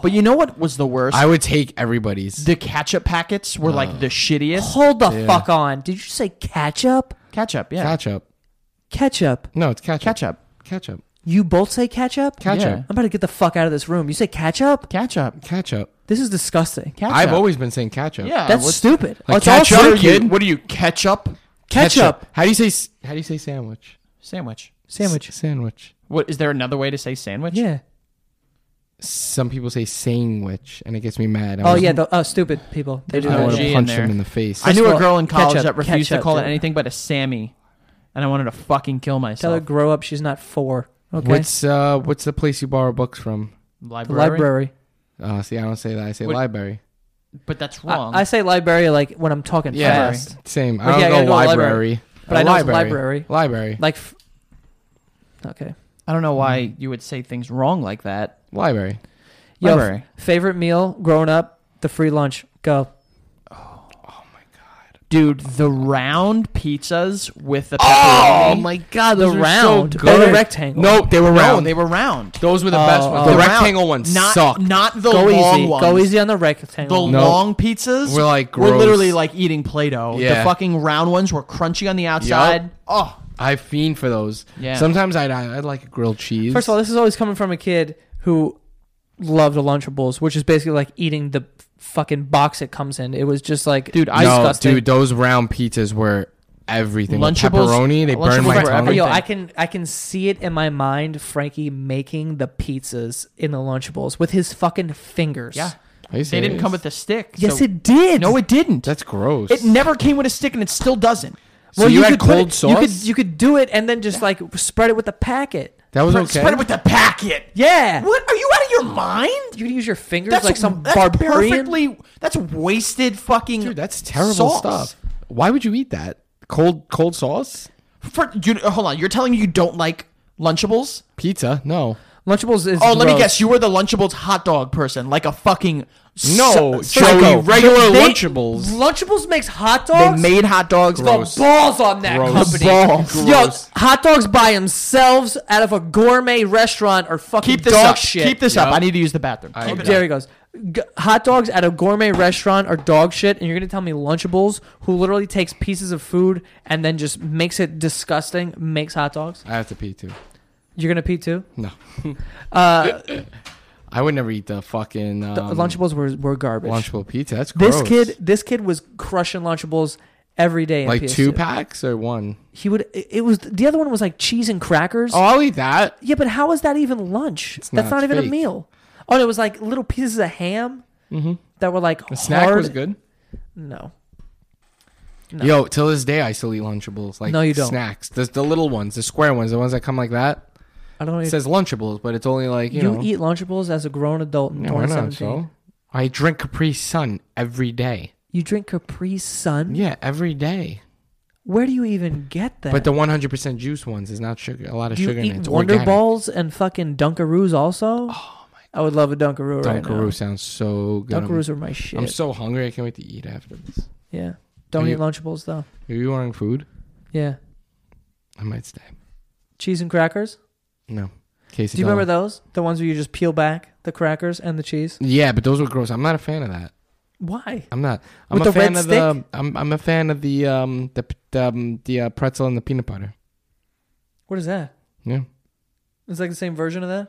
Speaker 2: But you know what was the worst?
Speaker 3: I would take everybody's.
Speaker 2: the ketchup packets were like the shittiest.
Speaker 1: Hold the
Speaker 3: Yeah.
Speaker 1: fuck on. Did you say ketchup?
Speaker 2: Ketchup, yeah.
Speaker 3: Ketchup.
Speaker 1: Ketchup.
Speaker 3: No, it's ketchup.
Speaker 2: Ketchup.
Speaker 3: Ketchup.
Speaker 1: You both say ketchup?
Speaker 3: Ketchup.
Speaker 1: I'm about to get the fuck out of this room. You say ketchup?
Speaker 2: Ketchup.
Speaker 3: Ketchup.
Speaker 1: This is disgusting.
Speaker 2: Ketchup.
Speaker 3: I've always been saying ketchup.
Speaker 2: Yeah.
Speaker 1: That's
Speaker 2: what's-
Speaker 1: stupid. Oh,
Speaker 3: Like
Speaker 1: it's all
Speaker 3: ketchup,
Speaker 1: true,
Speaker 2: What are you-
Speaker 1: dude.
Speaker 2: What are you? Ketchup
Speaker 1: Ketchup.
Speaker 3: How do you say? s- How do you say sandwich?
Speaker 2: sandwich.
Speaker 1: Sandwich.
Speaker 3: S- sandwich.
Speaker 2: What is there another way to say sandwich?
Speaker 1: Yeah.
Speaker 3: Some people say sandwich, and it gets me mad. I
Speaker 1: Oh
Speaker 3: was-
Speaker 1: yeah, the oh, stupid people. They do
Speaker 3: I
Speaker 2: Oh,
Speaker 1: that.
Speaker 3: want
Speaker 2: gee,
Speaker 3: to
Speaker 2: in
Speaker 3: punch
Speaker 2: there.
Speaker 3: them in the face.
Speaker 2: I knew
Speaker 1: First of
Speaker 2: a
Speaker 1: all,
Speaker 2: girl in college
Speaker 1: ketchup,
Speaker 2: that refused
Speaker 1: ketchup,
Speaker 2: to call it
Speaker 1: dude.
Speaker 2: anything but a Sammy, and I wanted to fucking kill
Speaker 1: Tell her
Speaker 2: myself.
Speaker 1: grow up. She's not four. Okay.
Speaker 3: What's uh What's the place you borrow books from?
Speaker 1: The
Speaker 2: Library.
Speaker 1: library?
Speaker 3: Uh, see, I don't say that. I say
Speaker 2: What-
Speaker 3: library.
Speaker 2: But that's wrong.
Speaker 1: I, I say library like when I'm talking
Speaker 3: Yeah,
Speaker 1: fast.
Speaker 3: same. I
Speaker 1: Like,
Speaker 3: don't
Speaker 1: yeah, I
Speaker 3: go,
Speaker 1: gotta go to library.
Speaker 3: library,
Speaker 1: But
Speaker 3: Uh,
Speaker 1: I know it's library.
Speaker 3: library,
Speaker 1: Like, f- okay.
Speaker 2: I don't know
Speaker 1: Mm.
Speaker 2: why you would say things wrong like that.
Speaker 3: library.
Speaker 1: Yo,
Speaker 2: Library.
Speaker 1: Favorite meal growing up? The free lunch. Go.
Speaker 2: Dude, the round pizzas with the pepperoni.
Speaker 1: Oh my god,
Speaker 3: those
Speaker 1: the
Speaker 3: were so
Speaker 1: round,
Speaker 3: good.
Speaker 1: they're the rectangle.
Speaker 3: No, they were
Speaker 2: No,
Speaker 3: round.
Speaker 2: they were round.
Speaker 3: Those were the
Speaker 1: Oh,
Speaker 3: best ones.
Speaker 1: oh.
Speaker 3: the
Speaker 1: The
Speaker 2: round-
Speaker 3: rectangle ones
Speaker 2: Not
Speaker 3: suck.
Speaker 2: not the
Speaker 1: go
Speaker 2: long
Speaker 1: easy.
Speaker 2: ones.
Speaker 1: Go easy on the
Speaker 2: The
Speaker 1: rectangle.
Speaker 3: No.
Speaker 2: long pizzas
Speaker 3: Were, like,
Speaker 2: were
Speaker 3: gross.
Speaker 2: literally like eating Play-Doh.
Speaker 3: Yeah.
Speaker 2: The fucking round ones were crunchy on the outside. Oh,
Speaker 3: I fiend for those.
Speaker 2: Yeah.
Speaker 3: Sometimes I'd I'd like a grilled cheese.
Speaker 1: First of all, this is always coming from a kid who loved the Lunchables, which is basically like eating the fucking box it comes in. It was just like
Speaker 2: Dude, I-
Speaker 3: no,
Speaker 1: disgusting.
Speaker 3: dude, those round pizzas were everything. With
Speaker 2: Lunchables-
Speaker 3: pepperoni, they burned
Speaker 2: Lunchables
Speaker 3: my
Speaker 2: were
Speaker 3: tongue.
Speaker 2: everything.
Speaker 1: Yo, I can I can see it in my mind. Frankie making the pizzas in the Lunchables with his fucking fingers.
Speaker 2: yeah.
Speaker 3: Are you
Speaker 2: They didn't
Speaker 3: serious?
Speaker 2: come with a stick.
Speaker 1: Yes,
Speaker 2: so-
Speaker 1: it did.
Speaker 2: No, it didn't.
Speaker 3: That's gross.
Speaker 2: It never came with a stick, and it still doesn't.
Speaker 3: So you had
Speaker 1: could put
Speaker 3: cold
Speaker 1: it- You could
Speaker 3: sauce?
Speaker 1: you could do it and then just like spread it with a packet.
Speaker 3: that was
Speaker 2: Spread-
Speaker 3: okay.
Speaker 2: Spread it with the packet.
Speaker 1: Yeah.
Speaker 2: What? Are you out of your mind?
Speaker 1: You could use your fingers
Speaker 2: That's
Speaker 1: like some
Speaker 2: that's
Speaker 1: barbarian.
Speaker 2: perfectly. That's wasted fucking.
Speaker 3: Dude, that's terrible
Speaker 2: sauce.
Speaker 3: stuff. Why would you eat that? Cold cold sauce?
Speaker 2: For, you, hold on, you're telling me you don't like Lunchables?
Speaker 3: Pizza? No.
Speaker 1: Lunchables is.
Speaker 2: Oh, let me
Speaker 1: gross.
Speaker 2: guess. You were the Lunchables hot dog person, like a fucking
Speaker 3: No,
Speaker 2: s-
Speaker 3: Joey,
Speaker 2: psycho.
Speaker 3: regular
Speaker 1: They-
Speaker 3: Lunchables.
Speaker 1: Lunchables makes hot
Speaker 2: They
Speaker 1: dogs.
Speaker 2: made hot dogs.
Speaker 1: the balls on that
Speaker 3: Gross.
Speaker 1: company.
Speaker 3: The balls.
Speaker 1: Yo,
Speaker 3: Gross.
Speaker 1: hot dogs by themselves out of a gourmet restaurant are fucking
Speaker 2: Keep this
Speaker 1: dog
Speaker 2: up.
Speaker 1: shit.
Speaker 2: Keep this up. I need to use the bathroom.
Speaker 3: I
Speaker 2: Keep
Speaker 3: agree.
Speaker 2: it
Speaker 1: There
Speaker 2: up.
Speaker 1: he goes. G- hot dogs at a gourmet restaurant are dog shit, and you're gonna tell me Lunchables, who literally takes pieces of food and then just makes it disgusting, makes hot dogs.
Speaker 3: I have to pee too.
Speaker 1: You're gonna pee too.
Speaker 3: No.
Speaker 1: Uh,
Speaker 3: I would never eat the fucking um,
Speaker 1: the Lunchables were were garbage.
Speaker 3: Lunchable pizza. That's
Speaker 1: This
Speaker 3: gross.
Speaker 1: kid, this kid was crushing Lunchables every day. in
Speaker 3: like
Speaker 1: PS2.
Speaker 3: two packs or one?
Speaker 1: He would. It it was the other one was like cheese and crackers.
Speaker 3: Oh, I'll eat that.
Speaker 1: Yeah, but how is that even lunch? That's
Speaker 3: not,
Speaker 1: not
Speaker 3: it's
Speaker 1: even a
Speaker 3: fake.
Speaker 1: meal. Oh, and it was like little pieces of ham that were like
Speaker 3: The Mm-hmm. snack
Speaker 1: hard.
Speaker 3: was good.
Speaker 1: No.
Speaker 3: Yo, till this day, I still eat Lunchables. Like
Speaker 1: No, you don't.
Speaker 3: Snacks. The, the little ones, the square ones, the ones that come like that.
Speaker 1: I don't know.
Speaker 3: It
Speaker 1: What you
Speaker 3: says Lunchables, but it's only like you,
Speaker 1: you
Speaker 3: know.
Speaker 1: eat Lunchables as a grown adult in
Speaker 3: Yeah, why not?
Speaker 1: 2017.
Speaker 3: So I drink Capri Sun every day.
Speaker 1: You drink Capri Sun.
Speaker 3: Yeah, every day.
Speaker 1: Where do you even get that?
Speaker 3: But the 100% juice ones is not sugar. A lot of
Speaker 1: do you
Speaker 3: sugar
Speaker 1: eat
Speaker 3: in it. It's
Speaker 1: Wonder
Speaker 3: organic.
Speaker 1: Balls and fucking Dunkaroos also? Oh my! I would love a Dunkaroo right now.
Speaker 3: Dunkaroo sounds so good. I'm-
Speaker 1: Dunkaroos are my shit.
Speaker 3: I'm so hungry. I can't wait to eat after this.
Speaker 1: yeah. Don't
Speaker 3: Are
Speaker 1: eat
Speaker 3: you-
Speaker 1: Lunchables though.
Speaker 3: Are you ordering food?
Speaker 1: Yeah.
Speaker 3: I might stay.
Speaker 1: Cheese and crackers.
Speaker 3: No. Casey.
Speaker 1: Do you remember those? The ones where you just peel back the crackers and the cheese.
Speaker 3: Yeah, but those were gross. I'm not a fan of that.
Speaker 1: Why?
Speaker 3: I'm not. I'm
Speaker 1: With
Speaker 3: a
Speaker 1: the
Speaker 3: fan
Speaker 1: red
Speaker 3: of the. I'm, I'm a fan of the um the p- the, um, the uh, pretzel and the peanut butter.
Speaker 1: What is that?
Speaker 3: Yeah.
Speaker 1: It's like the same version of that.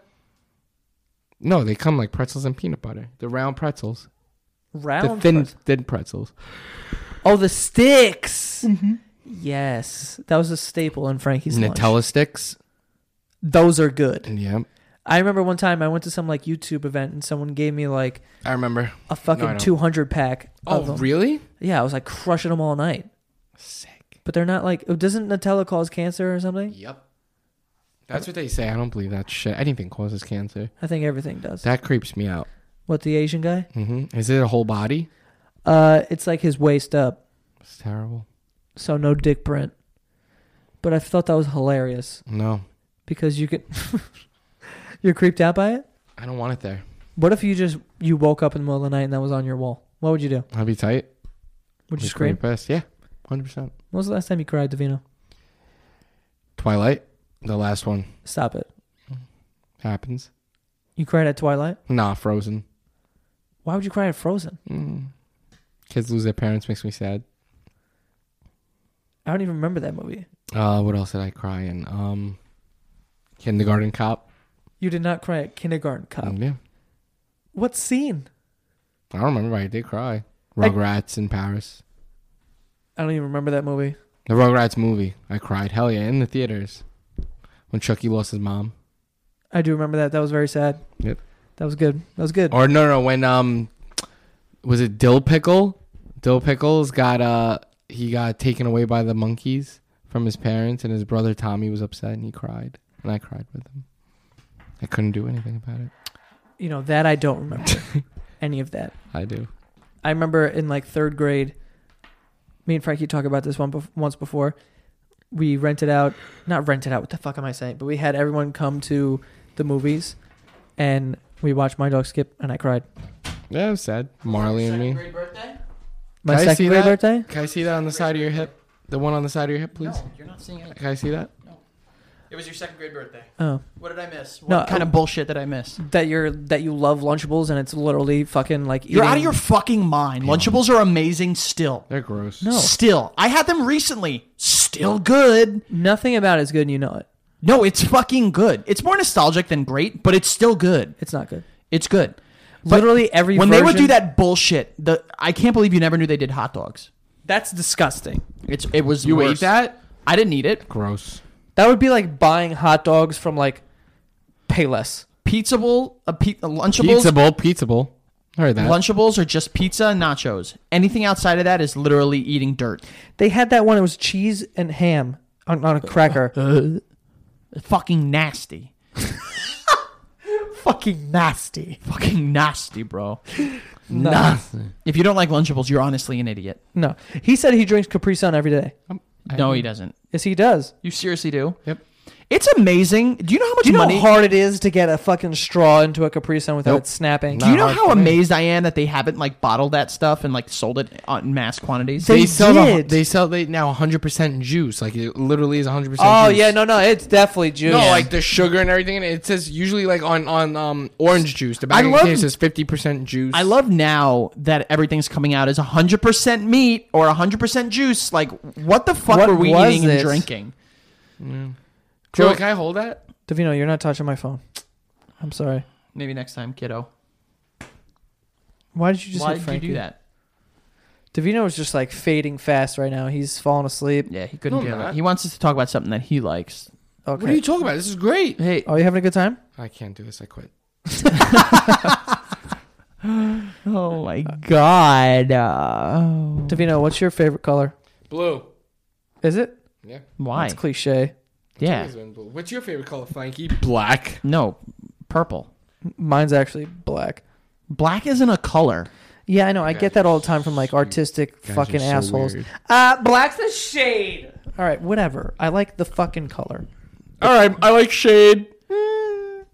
Speaker 3: No, they come like pretzels and peanut butter. The round pretzels.
Speaker 1: Round.
Speaker 3: the thin
Speaker 1: pretzel.
Speaker 3: thin pretzels.
Speaker 1: Oh, the sticks.
Speaker 3: Mm-hmm.
Speaker 1: Yes, that was a staple in Frankie's lunch.
Speaker 3: Nutella sticks.
Speaker 1: Those are good.
Speaker 3: Yeah.
Speaker 1: I remember one time I went to some like YouTube event and someone gave me like
Speaker 3: I remember.
Speaker 1: a
Speaker 3: No, I
Speaker 1: fucking
Speaker 3: don't.
Speaker 1: 200 pack.
Speaker 3: Oh,
Speaker 1: of them.
Speaker 3: really?
Speaker 1: yeah, I was like crushing them all night.
Speaker 3: Sick.
Speaker 1: But they're not like. oh, Doesn't Nutella cause cancer or something?
Speaker 3: Yep. That's what they say. I don't believe that shit. Anything causes cancer.
Speaker 1: I think everything does.
Speaker 3: That creeps me out.
Speaker 1: what the Asian guy?
Speaker 3: hmm Is it a whole body?
Speaker 1: Uh, it's like his waist up,
Speaker 3: It's terrible.
Speaker 1: so no dick print. But I thought that was hilarious
Speaker 3: No,
Speaker 1: because you could. you're creeped out by it.
Speaker 3: I don't want it there.
Speaker 1: What if you just you woke up in the middle of the night and that was on your wall? What would you do?
Speaker 3: I'll be tight.
Speaker 1: Would you
Speaker 3: Just creep
Speaker 1: scream?
Speaker 3: us. Yeah, hundred percent.
Speaker 1: When was the last time you cried, Davino?
Speaker 3: Twilight, the last one
Speaker 1: Stop it.
Speaker 3: happens.
Speaker 1: You cried at Twilight?
Speaker 3: Nah, Frozen.
Speaker 1: Why would you cry at Frozen?
Speaker 3: Mm. Kids lose their parents makes me sad.
Speaker 1: I don't even remember that movie.
Speaker 3: Uh, what else did I cry in? Um, Kindergarten Cop.
Speaker 1: You did not cry at Kindergarten Cop.
Speaker 3: Um, yeah,
Speaker 1: What scene?
Speaker 3: I don't remember. I did cry. Rugrats in Paris.
Speaker 1: I don't even remember that movie.
Speaker 3: The Rugrats movie. I cried. Hell yeah, in the theaters. When Chucky lost his mom.
Speaker 1: I do remember that. That was very sad.
Speaker 3: Yep.
Speaker 1: That was good. That was good.
Speaker 3: Or no, no, when um, was it Dill Pickle? Dill Pickles got uh, he got taken away by the monkeys from his parents, and his brother Tommy was upset, and he cried, and I cried with him. I couldn't do anything about it.
Speaker 1: You know, that I don't remember any of that.
Speaker 3: I do.
Speaker 1: I remember in like third grade, me and Frankie talked about this one bef- once before. We rented out, not rented out. What the fuck am I saying? But we had everyone come to the movies, and we watched My Dog Skip, and I cried.
Speaker 3: Yeah, it was sad. Marley and me.
Speaker 1: My
Speaker 3: Can I
Speaker 1: second
Speaker 3: see
Speaker 1: grade
Speaker 3: that?
Speaker 1: birthday.
Speaker 3: Can I see that on the side of your hip? The one on the side of your hip, please.
Speaker 2: you're not seeing it.
Speaker 3: Can I see that?
Speaker 2: It was your second grade birthday.
Speaker 1: Oh,
Speaker 2: What did I miss? What
Speaker 1: No,
Speaker 2: kind of bullshit did I miss?
Speaker 1: that you're that you love Lunchables, and it's literally fucking like
Speaker 2: You're out of
Speaker 1: eating-
Speaker 2: your fucking mind. Lunchables are amazing still.
Speaker 3: They're gross.
Speaker 1: No.
Speaker 2: Still. I had them recently. Still good.
Speaker 1: Nothing about it is good, and you know it.
Speaker 2: No, it's fucking good. It's more nostalgic than great, but it's still good.
Speaker 1: It's not good.
Speaker 2: It's good.
Speaker 1: Literally every
Speaker 2: when they would
Speaker 1: version-
Speaker 2: do that bullshit, the I can't believe you never knew they did hot dogs.
Speaker 1: That's disgusting.
Speaker 2: It's it was
Speaker 3: You
Speaker 2: worse.
Speaker 3: ate that?
Speaker 2: I didn't eat it.
Speaker 3: Gross.
Speaker 1: That would be like buying hot dogs from like Payless.
Speaker 2: Pizza bowl, a, pe- a lunchables.
Speaker 3: Pizza bowl. Pizza bowl. I heard that.
Speaker 2: Lunchables are just pizza and nachos. Anything outside of that is literally eating dirt.
Speaker 1: They had that one. It was cheese and ham on, on a cracker.
Speaker 2: Fucking nasty.
Speaker 1: Fucking nasty.
Speaker 2: Fucking nasty, bro.
Speaker 1: No.
Speaker 2: If you don't like Lunchables, you're honestly an idiot.
Speaker 1: No. He said he drinks Capri Sun every day.
Speaker 2: No, he doesn't.
Speaker 1: Yes, he does.
Speaker 2: You seriously do?
Speaker 3: Yep.
Speaker 2: It's amazing. Do you know how much
Speaker 1: Do you know
Speaker 2: money?
Speaker 1: how hard it is to get a fucking straw into a Capri Sun without
Speaker 3: Nope.
Speaker 1: it snapping?
Speaker 2: do you know
Speaker 3: hard
Speaker 2: how
Speaker 3: for me.
Speaker 2: amazed I am that they haven't like bottled that stuff and like sold it on- in mass quantities?
Speaker 1: They
Speaker 3: They, sell the,
Speaker 1: did.
Speaker 3: they sell they now 100% juice. Like it literally is 100%
Speaker 1: Oh
Speaker 3: juice.
Speaker 1: yeah, no, no, it's definitely juice.
Speaker 3: No, like the sugar and everything. And it says usually like on on um orange juice. The bag
Speaker 2: I
Speaker 3: of
Speaker 2: love-
Speaker 3: containers says fifty percent juice.
Speaker 2: I love now that everything's coming out as 100% meat or 100% juice. Like, what the fuck
Speaker 1: What
Speaker 2: were we
Speaker 1: was
Speaker 2: eating
Speaker 1: it?
Speaker 2: and drinking?
Speaker 3: Joey, can I hold that?
Speaker 1: Davino, you're not touching my phone. I'm sorry.
Speaker 2: Maybe next time, kiddo.
Speaker 1: Why did you just
Speaker 2: Why
Speaker 1: hit
Speaker 2: did you
Speaker 1: Frankie?
Speaker 2: do that?
Speaker 1: Davino is just like fading fast right now. He's falling asleep.
Speaker 2: Yeah, he couldn't
Speaker 3: No,
Speaker 2: do
Speaker 3: I'm
Speaker 2: that.
Speaker 3: not.
Speaker 2: He wants us to talk about something that he likes.
Speaker 1: Okay.
Speaker 3: What are you talking about? This is great.
Speaker 2: Hey,
Speaker 1: Are you having a good time?
Speaker 3: I can't do this. I quit.
Speaker 2: oh my god. Uh,
Speaker 3: Oh
Speaker 2: Oh.
Speaker 1: Davino, what's your favorite color?
Speaker 3: Blue.
Speaker 1: Is it?
Speaker 3: Yeah.
Speaker 2: Why?
Speaker 1: It's cliche.
Speaker 2: yeah.
Speaker 3: Always been blue. What's your favorite color, Frankie? Black.
Speaker 2: No, purple.
Speaker 1: Mine's actually black.
Speaker 2: Black isn't a color.
Speaker 1: Yeah, I know. I get that all the time from like artistic
Speaker 3: guys are
Speaker 1: fucking
Speaker 3: so
Speaker 1: assholes.
Speaker 3: weird.
Speaker 1: Uh, black's the shade. All right, whatever. I like the fucking color.
Speaker 3: All right, I like shade.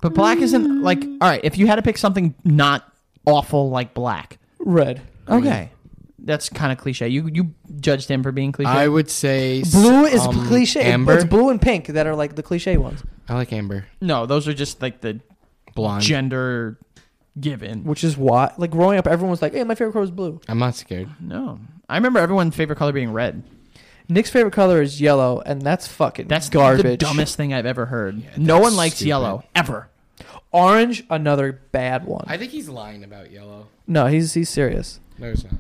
Speaker 2: But black isn't like all right. If you had to pick something not awful like black,
Speaker 1: Red.
Speaker 2: okay, that's kind of cliche. You you judged him for being cliche.
Speaker 3: I would say s-
Speaker 1: Blue is
Speaker 3: um,
Speaker 1: cliche.
Speaker 3: Amber.
Speaker 1: It's blue and pink that are like the cliche ones.
Speaker 3: I like amber.
Speaker 2: no, those are just like the
Speaker 3: Blonde.
Speaker 2: gender given.
Speaker 1: Which is why, like growing up, everyone was like, "Hey, my favorite color is blue."
Speaker 3: I'm not scared.
Speaker 2: No, I remember everyone's favorite color being red.
Speaker 1: Nick's favorite color is yellow, and that's fucking
Speaker 2: That's
Speaker 1: garbage.
Speaker 2: the dumbest thing I've ever heard. no
Speaker 3: that's
Speaker 2: one likes
Speaker 3: stupid.
Speaker 2: yellow ever.
Speaker 1: Orange, another bad one.
Speaker 3: I think he's lying about yellow.
Speaker 1: no, he's he's serious.
Speaker 3: No, it's not.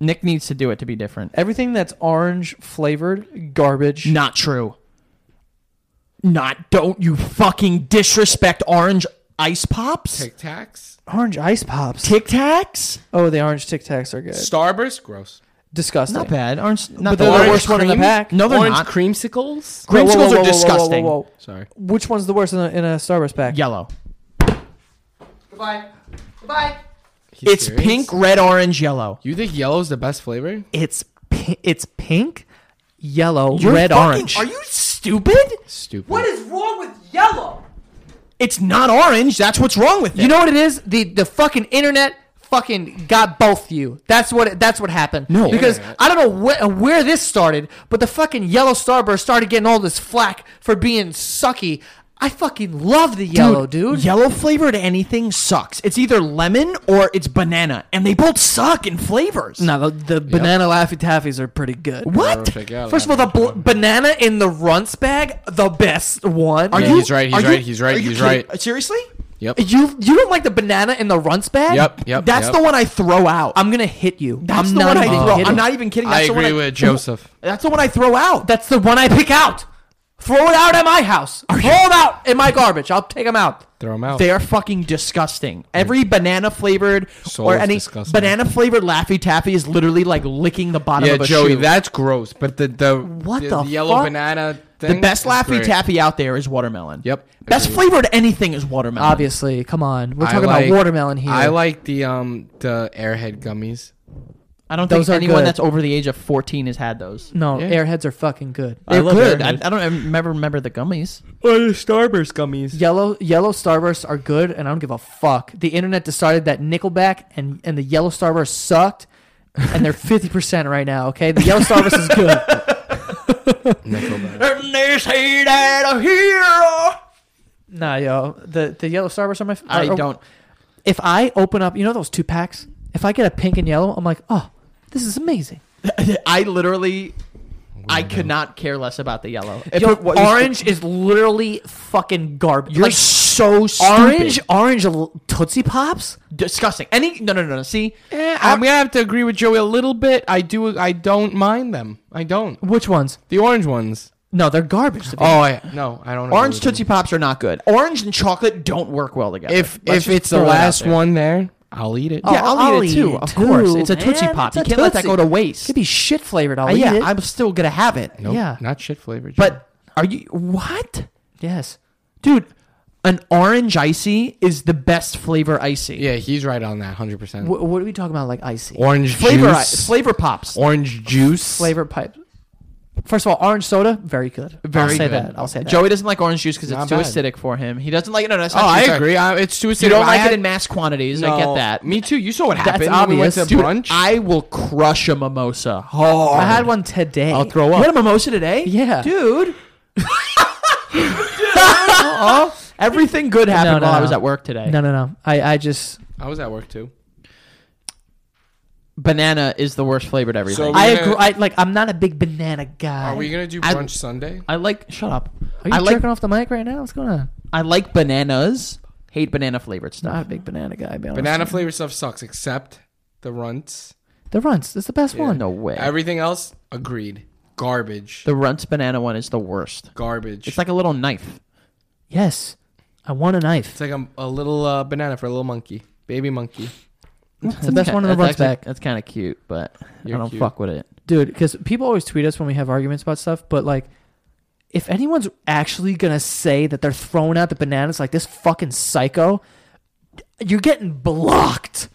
Speaker 2: Nick needs to do it to be different.
Speaker 1: Everything that's orange flavored, garbage.
Speaker 2: Not true. Not don't you fucking disrespect orange ice pops?
Speaker 3: Tic Tacs.
Speaker 1: Orange ice pops.
Speaker 2: Tic Tacs?
Speaker 1: Oh, the orange Tic Tacs are good.
Speaker 3: Starburst. Gross.
Speaker 1: Disgusting.
Speaker 2: Not bad. Orange. Not
Speaker 1: But
Speaker 2: the
Speaker 1: they're the worst
Speaker 2: worst.
Speaker 1: one in the
Speaker 3: cream?
Speaker 1: pack.
Speaker 2: No, they're
Speaker 3: Orange
Speaker 2: not.
Speaker 3: creamsicles.
Speaker 1: Whoa, whoa, whoa,
Speaker 2: creamsicles are
Speaker 1: whoa, whoa, whoa,
Speaker 2: disgusting.
Speaker 1: whoa, whoa.
Speaker 3: Sorry.
Speaker 1: Which one's the worst in a, in a Starburst pack?
Speaker 2: Yellow.
Speaker 1: Goodbye. Goodbye.
Speaker 3: He's
Speaker 2: it's
Speaker 3: serious?
Speaker 2: pink, red, orange, yellow.
Speaker 3: You think yellow's the best flavor?
Speaker 1: It's pi- it's pink, yellow,
Speaker 2: You're
Speaker 1: red,
Speaker 2: fucking-
Speaker 1: orange.
Speaker 2: Are you stupid?
Speaker 3: Stupid.
Speaker 1: is wrong with yellow?
Speaker 2: It's not orange. That's what's wrong with it.
Speaker 1: You know what it is? The the fucking internet fucking got both you. That's what it, that's what happened.
Speaker 2: No.
Speaker 1: because
Speaker 3: Internet.
Speaker 1: I don't know wh- where this started, but the fucking yellow starburst started getting all this flack for being sucky. I fucking love the yellow, dude.
Speaker 2: Yellow flavored anything sucks. It's either lemon or it's banana, and they both suck in flavors.
Speaker 1: No, the, the banana laffy taffies are pretty good.
Speaker 2: What?
Speaker 3: Perfect, yeah,
Speaker 1: First of all, the bl- banana in the runts bag, the best one.
Speaker 2: Are
Speaker 3: Yeah,
Speaker 2: you?
Speaker 3: he's right, he's
Speaker 2: are you-
Speaker 3: right, he's right,
Speaker 2: are you
Speaker 3: he's
Speaker 2: kidding-
Speaker 3: right.
Speaker 2: Seriously?
Speaker 3: Yep.
Speaker 1: you you don't like the banana in the runts bag?
Speaker 3: Yep. Yep.
Speaker 2: That's
Speaker 3: yep.
Speaker 2: the one I throw out.
Speaker 1: I'm gonna hit you.
Speaker 2: That's
Speaker 1: I'm
Speaker 2: the
Speaker 1: not
Speaker 2: one I
Speaker 1: even
Speaker 2: throw.
Speaker 1: kidding.
Speaker 2: I'm not even kidding. That's
Speaker 3: I
Speaker 2: the
Speaker 3: agree
Speaker 2: one
Speaker 3: with Joseph.
Speaker 2: That's the one I throw out.
Speaker 1: That's the one I pick out. Throw it out at my house. Throw it out in my garbage. I'll take them out.
Speaker 3: Throw him out.
Speaker 2: Oh. They are fucking disgusting. Every banana flavored
Speaker 3: So
Speaker 2: or
Speaker 3: is
Speaker 2: any
Speaker 3: disgusting.
Speaker 2: banana flavored Laffy Taffy is literally like licking the bottom
Speaker 3: yeah,
Speaker 2: of a
Speaker 3: Joey,
Speaker 2: shoe.
Speaker 3: that's gross. But the the
Speaker 1: What
Speaker 3: the,
Speaker 1: the
Speaker 3: yellow
Speaker 1: fuck?
Speaker 3: banana thing.
Speaker 2: the best
Speaker 3: is
Speaker 2: Laffy
Speaker 3: great.
Speaker 2: Taffy out there is watermelon.
Speaker 3: Yep.
Speaker 2: Best
Speaker 3: Agree.
Speaker 2: flavored anything is watermelon.
Speaker 1: Obviously, come on. We're
Speaker 3: I
Speaker 1: talking
Speaker 3: like-
Speaker 1: about watermelon here.
Speaker 3: I like the um the Airhead gummies.
Speaker 2: I don't
Speaker 1: Those
Speaker 2: think
Speaker 1: are
Speaker 2: anyone
Speaker 1: good.
Speaker 2: that's over the age of 14 has had those.
Speaker 1: no,
Speaker 3: Yeah.
Speaker 1: airheads are fucking good.
Speaker 2: They're
Speaker 3: love
Speaker 2: good. I, I
Speaker 3: Airheads.
Speaker 2: don't remember remember the gummies.
Speaker 3: Or the Starburst gummies.
Speaker 1: Yellow yellow starbursts are good, and I don't give a fuck. The internet decided that Nickelback and and the yellow starburst sucked, and they're fifty percent right now. Okay, the yellow starburst is good.
Speaker 3: Nickelback.
Speaker 2: And they say that a hero.
Speaker 1: Nah, yo, the the yellow starbursts are my. f-
Speaker 2: I
Speaker 1: are-
Speaker 2: don't.
Speaker 1: If I open up, you know those two packs. If I get a pink and yellow, I'm like, oh, this is amazing.
Speaker 2: I literally. I could not care less about the yellow. If
Speaker 1: Yo,
Speaker 2: it was-
Speaker 1: orange is literally fucking garbage.
Speaker 2: You're
Speaker 1: Like
Speaker 2: so stupid.
Speaker 1: orange, orange l- Tootsie Pops.
Speaker 2: disgusting. Any no no no no. See,
Speaker 3: Eh, I'm gonna have to agree with Joey a little bit. I do. I don't mind them. I don't.
Speaker 1: Which ones?
Speaker 3: The orange ones.
Speaker 1: No, they're garbage. To me.
Speaker 3: Oh, I, no, I don't. agree
Speaker 2: orange
Speaker 3: with them.
Speaker 2: tootsie pops are not good. Orange and chocolate don't work well together.
Speaker 3: If
Speaker 2: Let's
Speaker 3: if
Speaker 2: just
Speaker 3: it's
Speaker 2: throw
Speaker 3: the
Speaker 2: that out
Speaker 3: last
Speaker 2: there.
Speaker 3: one there, I'll eat it.
Speaker 2: yeah,
Speaker 1: Oh,
Speaker 2: I'll, eat it too. of course, it's a tootsie
Speaker 1: man.
Speaker 2: pop.
Speaker 1: It's
Speaker 2: You
Speaker 1: a
Speaker 2: can't let that
Speaker 1: Tootsie.
Speaker 2: go to waste.
Speaker 1: Could be shit flavored. I'll
Speaker 2: Uh,
Speaker 1: eat
Speaker 2: yeah,
Speaker 1: it.
Speaker 2: I'm still gonna have it.
Speaker 3: Nope,
Speaker 1: yeah.
Speaker 3: Not shit flavored.
Speaker 2: But are you what,
Speaker 1: yes.
Speaker 2: dude? An orange icy is the best flavor icy.
Speaker 3: yeah, he's right on that. Hundred percent.
Speaker 1: Wh- what are we talking about? Like icy
Speaker 3: Orange
Speaker 2: Flavor I-
Speaker 3: juice.
Speaker 2: flavor pops.
Speaker 3: orange juice.
Speaker 1: flavor pipe. First of all, orange soda, very good. I'll
Speaker 3: Very
Speaker 1: say
Speaker 3: good.
Speaker 1: that. I'll say that.
Speaker 2: Joey doesn't like orange juice because it's
Speaker 3: Not
Speaker 2: too
Speaker 3: bad.
Speaker 2: acidic for him. He doesn't like no. no that's
Speaker 3: Oh,
Speaker 2: not
Speaker 3: I
Speaker 2: true, sorry.
Speaker 3: agree. I, it's too acidic.
Speaker 2: You don't
Speaker 3: I
Speaker 2: like
Speaker 3: had-
Speaker 2: it in mass quantities. I
Speaker 3: No,
Speaker 2: get that.
Speaker 3: Me too. You saw what happened when we went
Speaker 1: obvious.
Speaker 3: to
Speaker 2: Dude,
Speaker 3: brunch.
Speaker 2: I will crush a mimosa. Oh,
Speaker 1: I had one today.
Speaker 3: I'll throw
Speaker 2: you
Speaker 3: up.
Speaker 2: had a mimosa today?
Speaker 1: Yeah.
Speaker 2: dude. uh Everything good happened
Speaker 1: No, no,
Speaker 2: while I
Speaker 1: no.
Speaker 2: was at work today.
Speaker 1: No, no, no. I, I just
Speaker 3: I was at work too.
Speaker 2: Banana is the worst flavored everything.
Speaker 3: So-
Speaker 2: I,
Speaker 1: I
Speaker 3: gonna-
Speaker 1: agree. I, like, I'm not a big banana guy.
Speaker 3: Are we gonna do
Speaker 2: I-
Speaker 3: brunch Sunday?
Speaker 2: I like. Shut up.
Speaker 1: Are you
Speaker 2: I like.
Speaker 1: jerking off the mic right now? What's going on?
Speaker 2: I like bananas. Hate banana flavored stuff.
Speaker 1: Not a big banana guy. Be honest.
Speaker 3: Banana flavor stuff sucks, except the runts.
Speaker 1: The runts. It's the best one.
Speaker 2: No way.
Speaker 3: Everything else, agreed. Garbage.
Speaker 2: the Runts banana one is the worst.
Speaker 3: Garbage.
Speaker 2: It's like a little knife.
Speaker 1: Yes. I want a knife.
Speaker 3: It's like a, a little uh, banana for a little monkey, baby monkey.
Speaker 1: It's the best one in the runs back,
Speaker 2: That's kind of cute, but
Speaker 3: You're
Speaker 2: I don't
Speaker 3: cute.
Speaker 2: fuck with it.
Speaker 1: dude. Because people always tweet us when we have arguments about stuff, but like, if anyone's actually gonna say that they're throwing out the bananas like this fucking psycho, you're getting blocked,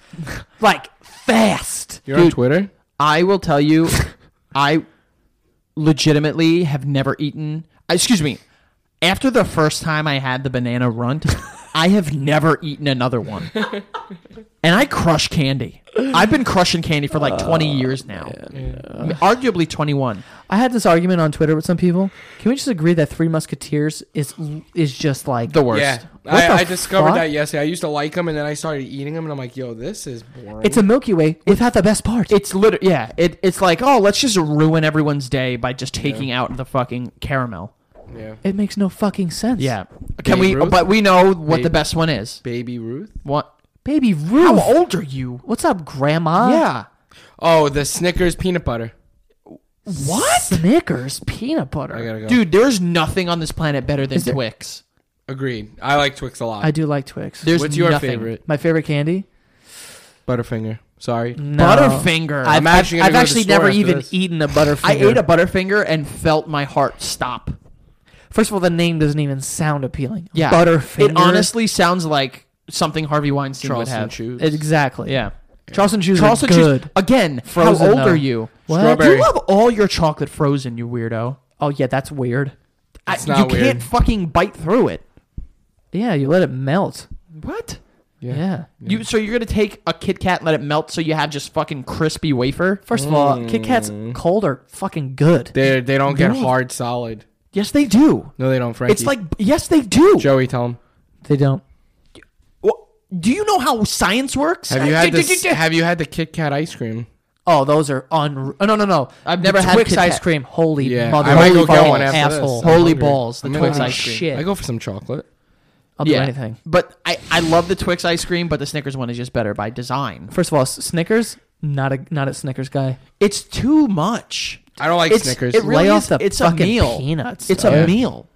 Speaker 1: like fast.
Speaker 3: You're on
Speaker 2: Dude.
Speaker 3: Twitter.
Speaker 2: I will tell you, I legitimately have never eaten. uh, Excuse me. After the first time I had the banana runt, I have never eaten another one. and I crush candy. I've been crushing candy for
Speaker 3: Oh,
Speaker 2: like 20 years now. Arguably 21.
Speaker 1: I had this argument on Twitter with some people. Can we just agree that Three Musketeers is is just like
Speaker 2: The worst.
Speaker 3: Yeah,
Speaker 1: What the
Speaker 3: I, I discovered
Speaker 1: fuck?
Speaker 3: that yesterday. I used to like them, and then I started eating them, and I'm like, "Yo, this is boring."
Speaker 1: It's a Milky Way without the best part.
Speaker 2: It's literally yeah. It, it's like oh, let's just ruin everyone's day by just taking out the fucking caramel.
Speaker 3: yeah.
Speaker 1: It makes no fucking sense.
Speaker 2: Yeah. Can
Speaker 3: Babe
Speaker 2: we?
Speaker 3: Ruth?
Speaker 2: But we know what
Speaker 3: Babe-
Speaker 2: the best one is.
Speaker 3: Baby Ruth.
Speaker 2: What?
Speaker 1: Baby Ruth.
Speaker 2: How old are you?
Speaker 1: What's up, Grandma?
Speaker 2: yeah.
Speaker 3: Oh, the Snickers peanut butter.
Speaker 1: What? Snickers peanut butter.
Speaker 3: I gotta go.
Speaker 2: Dude, there's nothing on this planet better than
Speaker 1: Is there-
Speaker 2: Twix.
Speaker 3: agreed. I like Twix a lot.
Speaker 1: I do like Twix.
Speaker 2: There's
Speaker 3: What's your
Speaker 2: nothing.
Speaker 3: favorite?
Speaker 1: My favorite candy?
Speaker 3: Butterfinger. Sorry.
Speaker 2: Mm,
Speaker 1: No.
Speaker 2: Butterfinger.
Speaker 1: I've,
Speaker 3: I'm
Speaker 1: actually,
Speaker 3: actually gonna
Speaker 1: I've
Speaker 3: go to the
Speaker 1: actually
Speaker 3: store
Speaker 1: never
Speaker 3: after
Speaker 1: even
Speaker 3: this.
Speaker 1: eaten a Butterfinger.
Speaker 2: I ate a Butterfinger and felt my heart stop.
Speaker 1: First of all, the name doesn't even sound appealing.
Speaker 2: Yeah,
Speaker 1: Butterfinger.
Speaker 2: It honestly sounds like something Harvey Weinstein
Speaker 3: Charleston
Speaker 2: would have.
Speaker 3: shoes.
Speaker 1: Exactly.
Speaker 2: Yeah.
Speaker 1: Charleston Chews
Speaker 2: Charleston
Speaker 1: are good.
Speaker 2: Chews, again.
Speaker 1: Frozen,
Speaker 2: how old
Speaker 1: though.
Speaker 2: are you?
Speaker 1: What?
Speaker 3: Strawberry.
Speaker 2: You love all your chocolate frozen, you weirdo.
Speaker 1: Oh, yeah, that's weird.
Speaker 2: I-
Speaker 3: It's not
Speaker 2: you
Speaker 3: weird.
Speaker 2: can't fucking bite through it.
Speaker 1: Yeah, you let it melt.
Speaker 2: What?
Speaker 1: Yeah.
Speaker 2: You so you're gonna take a Kit Kat, let it melt, so you have just fucking crispy wafer?
Speaker 1: First of all,
Speaker 3: Mm.
Speaker 1: Kit Kats cold are fucking good.
Speaker 3: They they don't get
Speaker 2: No.
Speaker 3: hard solid.
Speaker 2: Yes, they do.
Speaker 3: No, they don't. Frankie.
Speaker 2: It's like yes, they do.
Speaker 3: Joey. Tell him.
Speaker 1: They don't.
Speaker 2: Wha- Do you know how science works?
Speaker 3: Have you had this? Have you had the Kit Kat ice cream?
Speaker 1: Oh, those are unreal. Oh, no, no, no.
Speaker 2: I've never
Speaker 1: the
Speaker 2: had
Speaker 1: Twix
Speaker 2: Kit
Speaker 1: ice
Speaker 2: Kat.
Speaker 1: cream. Holy
Speaker 3: Yeah,
Speaker 1: mother
Speaker 3: I might
Speaker 1: holy
Speaker 3: go get
Speaker 1: fucking
Speaker 3: one after this.
Speaker 1: asshole.
Speaker 3: I'm
Speaker 2: Holy
Speaker 3: hungry.
Speaker 2: balls! The
Speaker 3: I'm gonna
Speaker 2: Twix
Speaker 1: have
Speaker 2: ice cream.
Speaker 1: shit.
Speaker 3: I go for some chocolate.
Speaker 1: I'll do
Speaker 2: Yeah,
Speaker 1: anything.
Speaker 2: But I, I love the Twix ice cream, but the Snickers one is just better by design.
Speaker 1: First of all, S- Snickers. Not a not a Snickers guy.
Speaker 2: It's too much.
Speaker 3: I don't like
Speaker 2: It's-
Speaker 3: Snickers.
Speaker 2: it really
Speaker 1: Lay
Speaker 2: is-
Speaker 1: off the
Speaker 2: it's a
Speaker 1: fucking
Speaker 2: meal.
Speaker 1: peanuts.
Speaker 2: It's
Speaker 1: dog.
Speaker 2: a meal.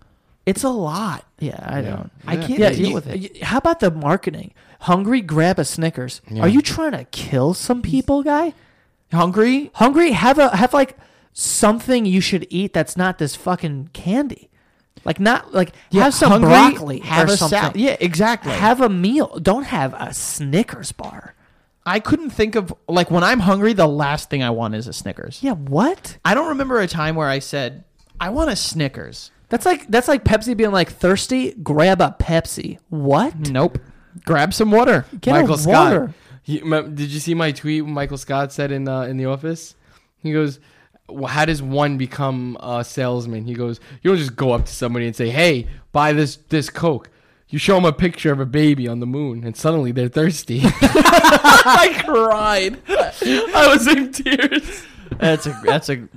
Speaker 2: It's a lot.
Speaker 1: Yeah, I don't.
Speaker 2: I can't
Speaker 1: Yeah,
Speaker 2: deal
Speaker 1: you-
Speaker 2: with it.
Speaker 1: you- how about the marketing? Hungry, grab a Snickers. Are you trying to kill some people, guy?
Speaker 2: Hungry?
Speaker 1: Hungry, have a have like something you should eat that's not this fucking candy. Like not like have some
Speaker 2: hungry,
Speaker 1: broccoli
Speaker 2: have
Speaker 1: or
Speaker 2: a
Speaker 1: something.
Speaker 2: salad. Yeah, exactly.
Speaker 1: Have a meal. Don't have a Snickers bar.
Speaker 2: I couldn't think of like when I'm hungry, the last thing I want is a Snickers.
Speaker 1: Yeah, what?
Speaker 2: I don't remember a time where I said I want a Snickers.
Speaker 1: That's like that's like Pepsi being like thirsty, grab a Pepsi. What?
Speaker 2: Nope. Grab some water.
Speaker 1: Get
Speaker 3: Michael
Speaker 1: a
Speaker 3: Scott.
Speaker 1: water.
Speaker 3: He- m- did you see my tweet? Michael Scott said in uh, in the office. He goes, well, "How does one become a salesman?" He goes, "You don't just go up to somebody and say, "Hey, buy this this Coke." You show them a picture of a baby on the moon, and suddenly they're thirsty. I cried. I was in tears.
Speaker 2: That's a that's a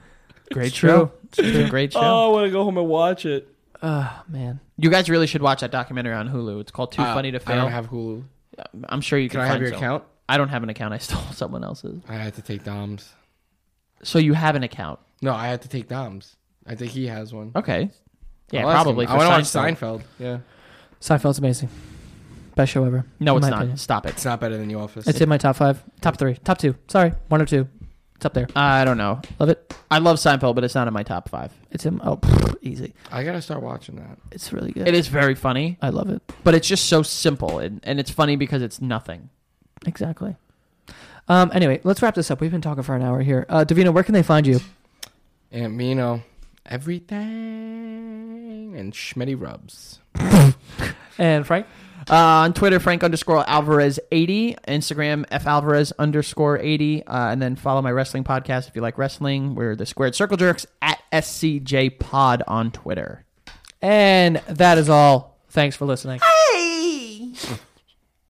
Speaker 2: great
Speaker 1: true.
Speaker 2: show. It's a great show.
Speaker 3: I want to go home and watch it.
Speaker 1: Oh man.
Speaker 2: You guys really should watch that documentary on Hulu. It's called Too Funny to
Speaker 3: Uh, I
Speaker 2: Fail.
Speaker 3: don't have Hulu.
Speaker 2: I'm sure you can.
Speaker 3: Can I have
Speaker 2: find
Speaker 3: your
Speaker 2: some.
Speaker 3: account?
Speaker 2: I don't have an account. I stole someone else's.
Speaker 3: I had to take Dom's.
Speaker 2: So you have an account?
Speaker 3: No, I had to take Dom's. I think he has one.
Speaker 2: Okay. Yeah,
Speaker 3: I'll ask
Speaker 2: probably.
Speaker 3: him.
Speaker 2: For
Speaker 3: I want to
Speaker 2: Seinfeld.
Speaker 3: watch Seinfeld. Yeah,
Speaker 1: Seinfeld's amazing. Best show ever.
Speaker 2: No,
Speaker 1: in
Speaker 2: it's
Speaker 1: my
Speaker 2: not.
Speaker 1: opinion.
Speaker 2: Stop it.
Speaker 3: it's not better than The Office.
Speaker 1: It's in my top five, top three, top two. Sorry, one or two. It's up there.
Speaker 2: I don't know.
Speaker 1: Love it.
Speaker 2: I love Seinfeld, but it's not in my top five.
Speaker 1: It's in. Oh, pfft, easy.
Speaker 3: I gotta start watching that.
Speaker 1: It's really good.
Speaker 2: It is very funny,
Speaker 1: I love it.
Speaker 2: but it's just so simple, and, and it's funny because it's nothing.
Speaker 1: Exactly. Um. Anyway, let's wrap this up. We've been talking for an hour here. Uh, Davina, where can they find you?
Speaker 3: Aunt Mino, everything, and Schmitty rubs.
Speaker 1: And Frank.
Speaker 2: Uh, on Twitter, Frank underscore Alvarez eighty, Instagram F Alvarez underscore eighty, uh, and then follow my wrestling podcast if you like wrestling. We're the Squared Circle Jerks at SCJ Pod on Twitter.
Speaker 1: And that is all. Thanks for listening.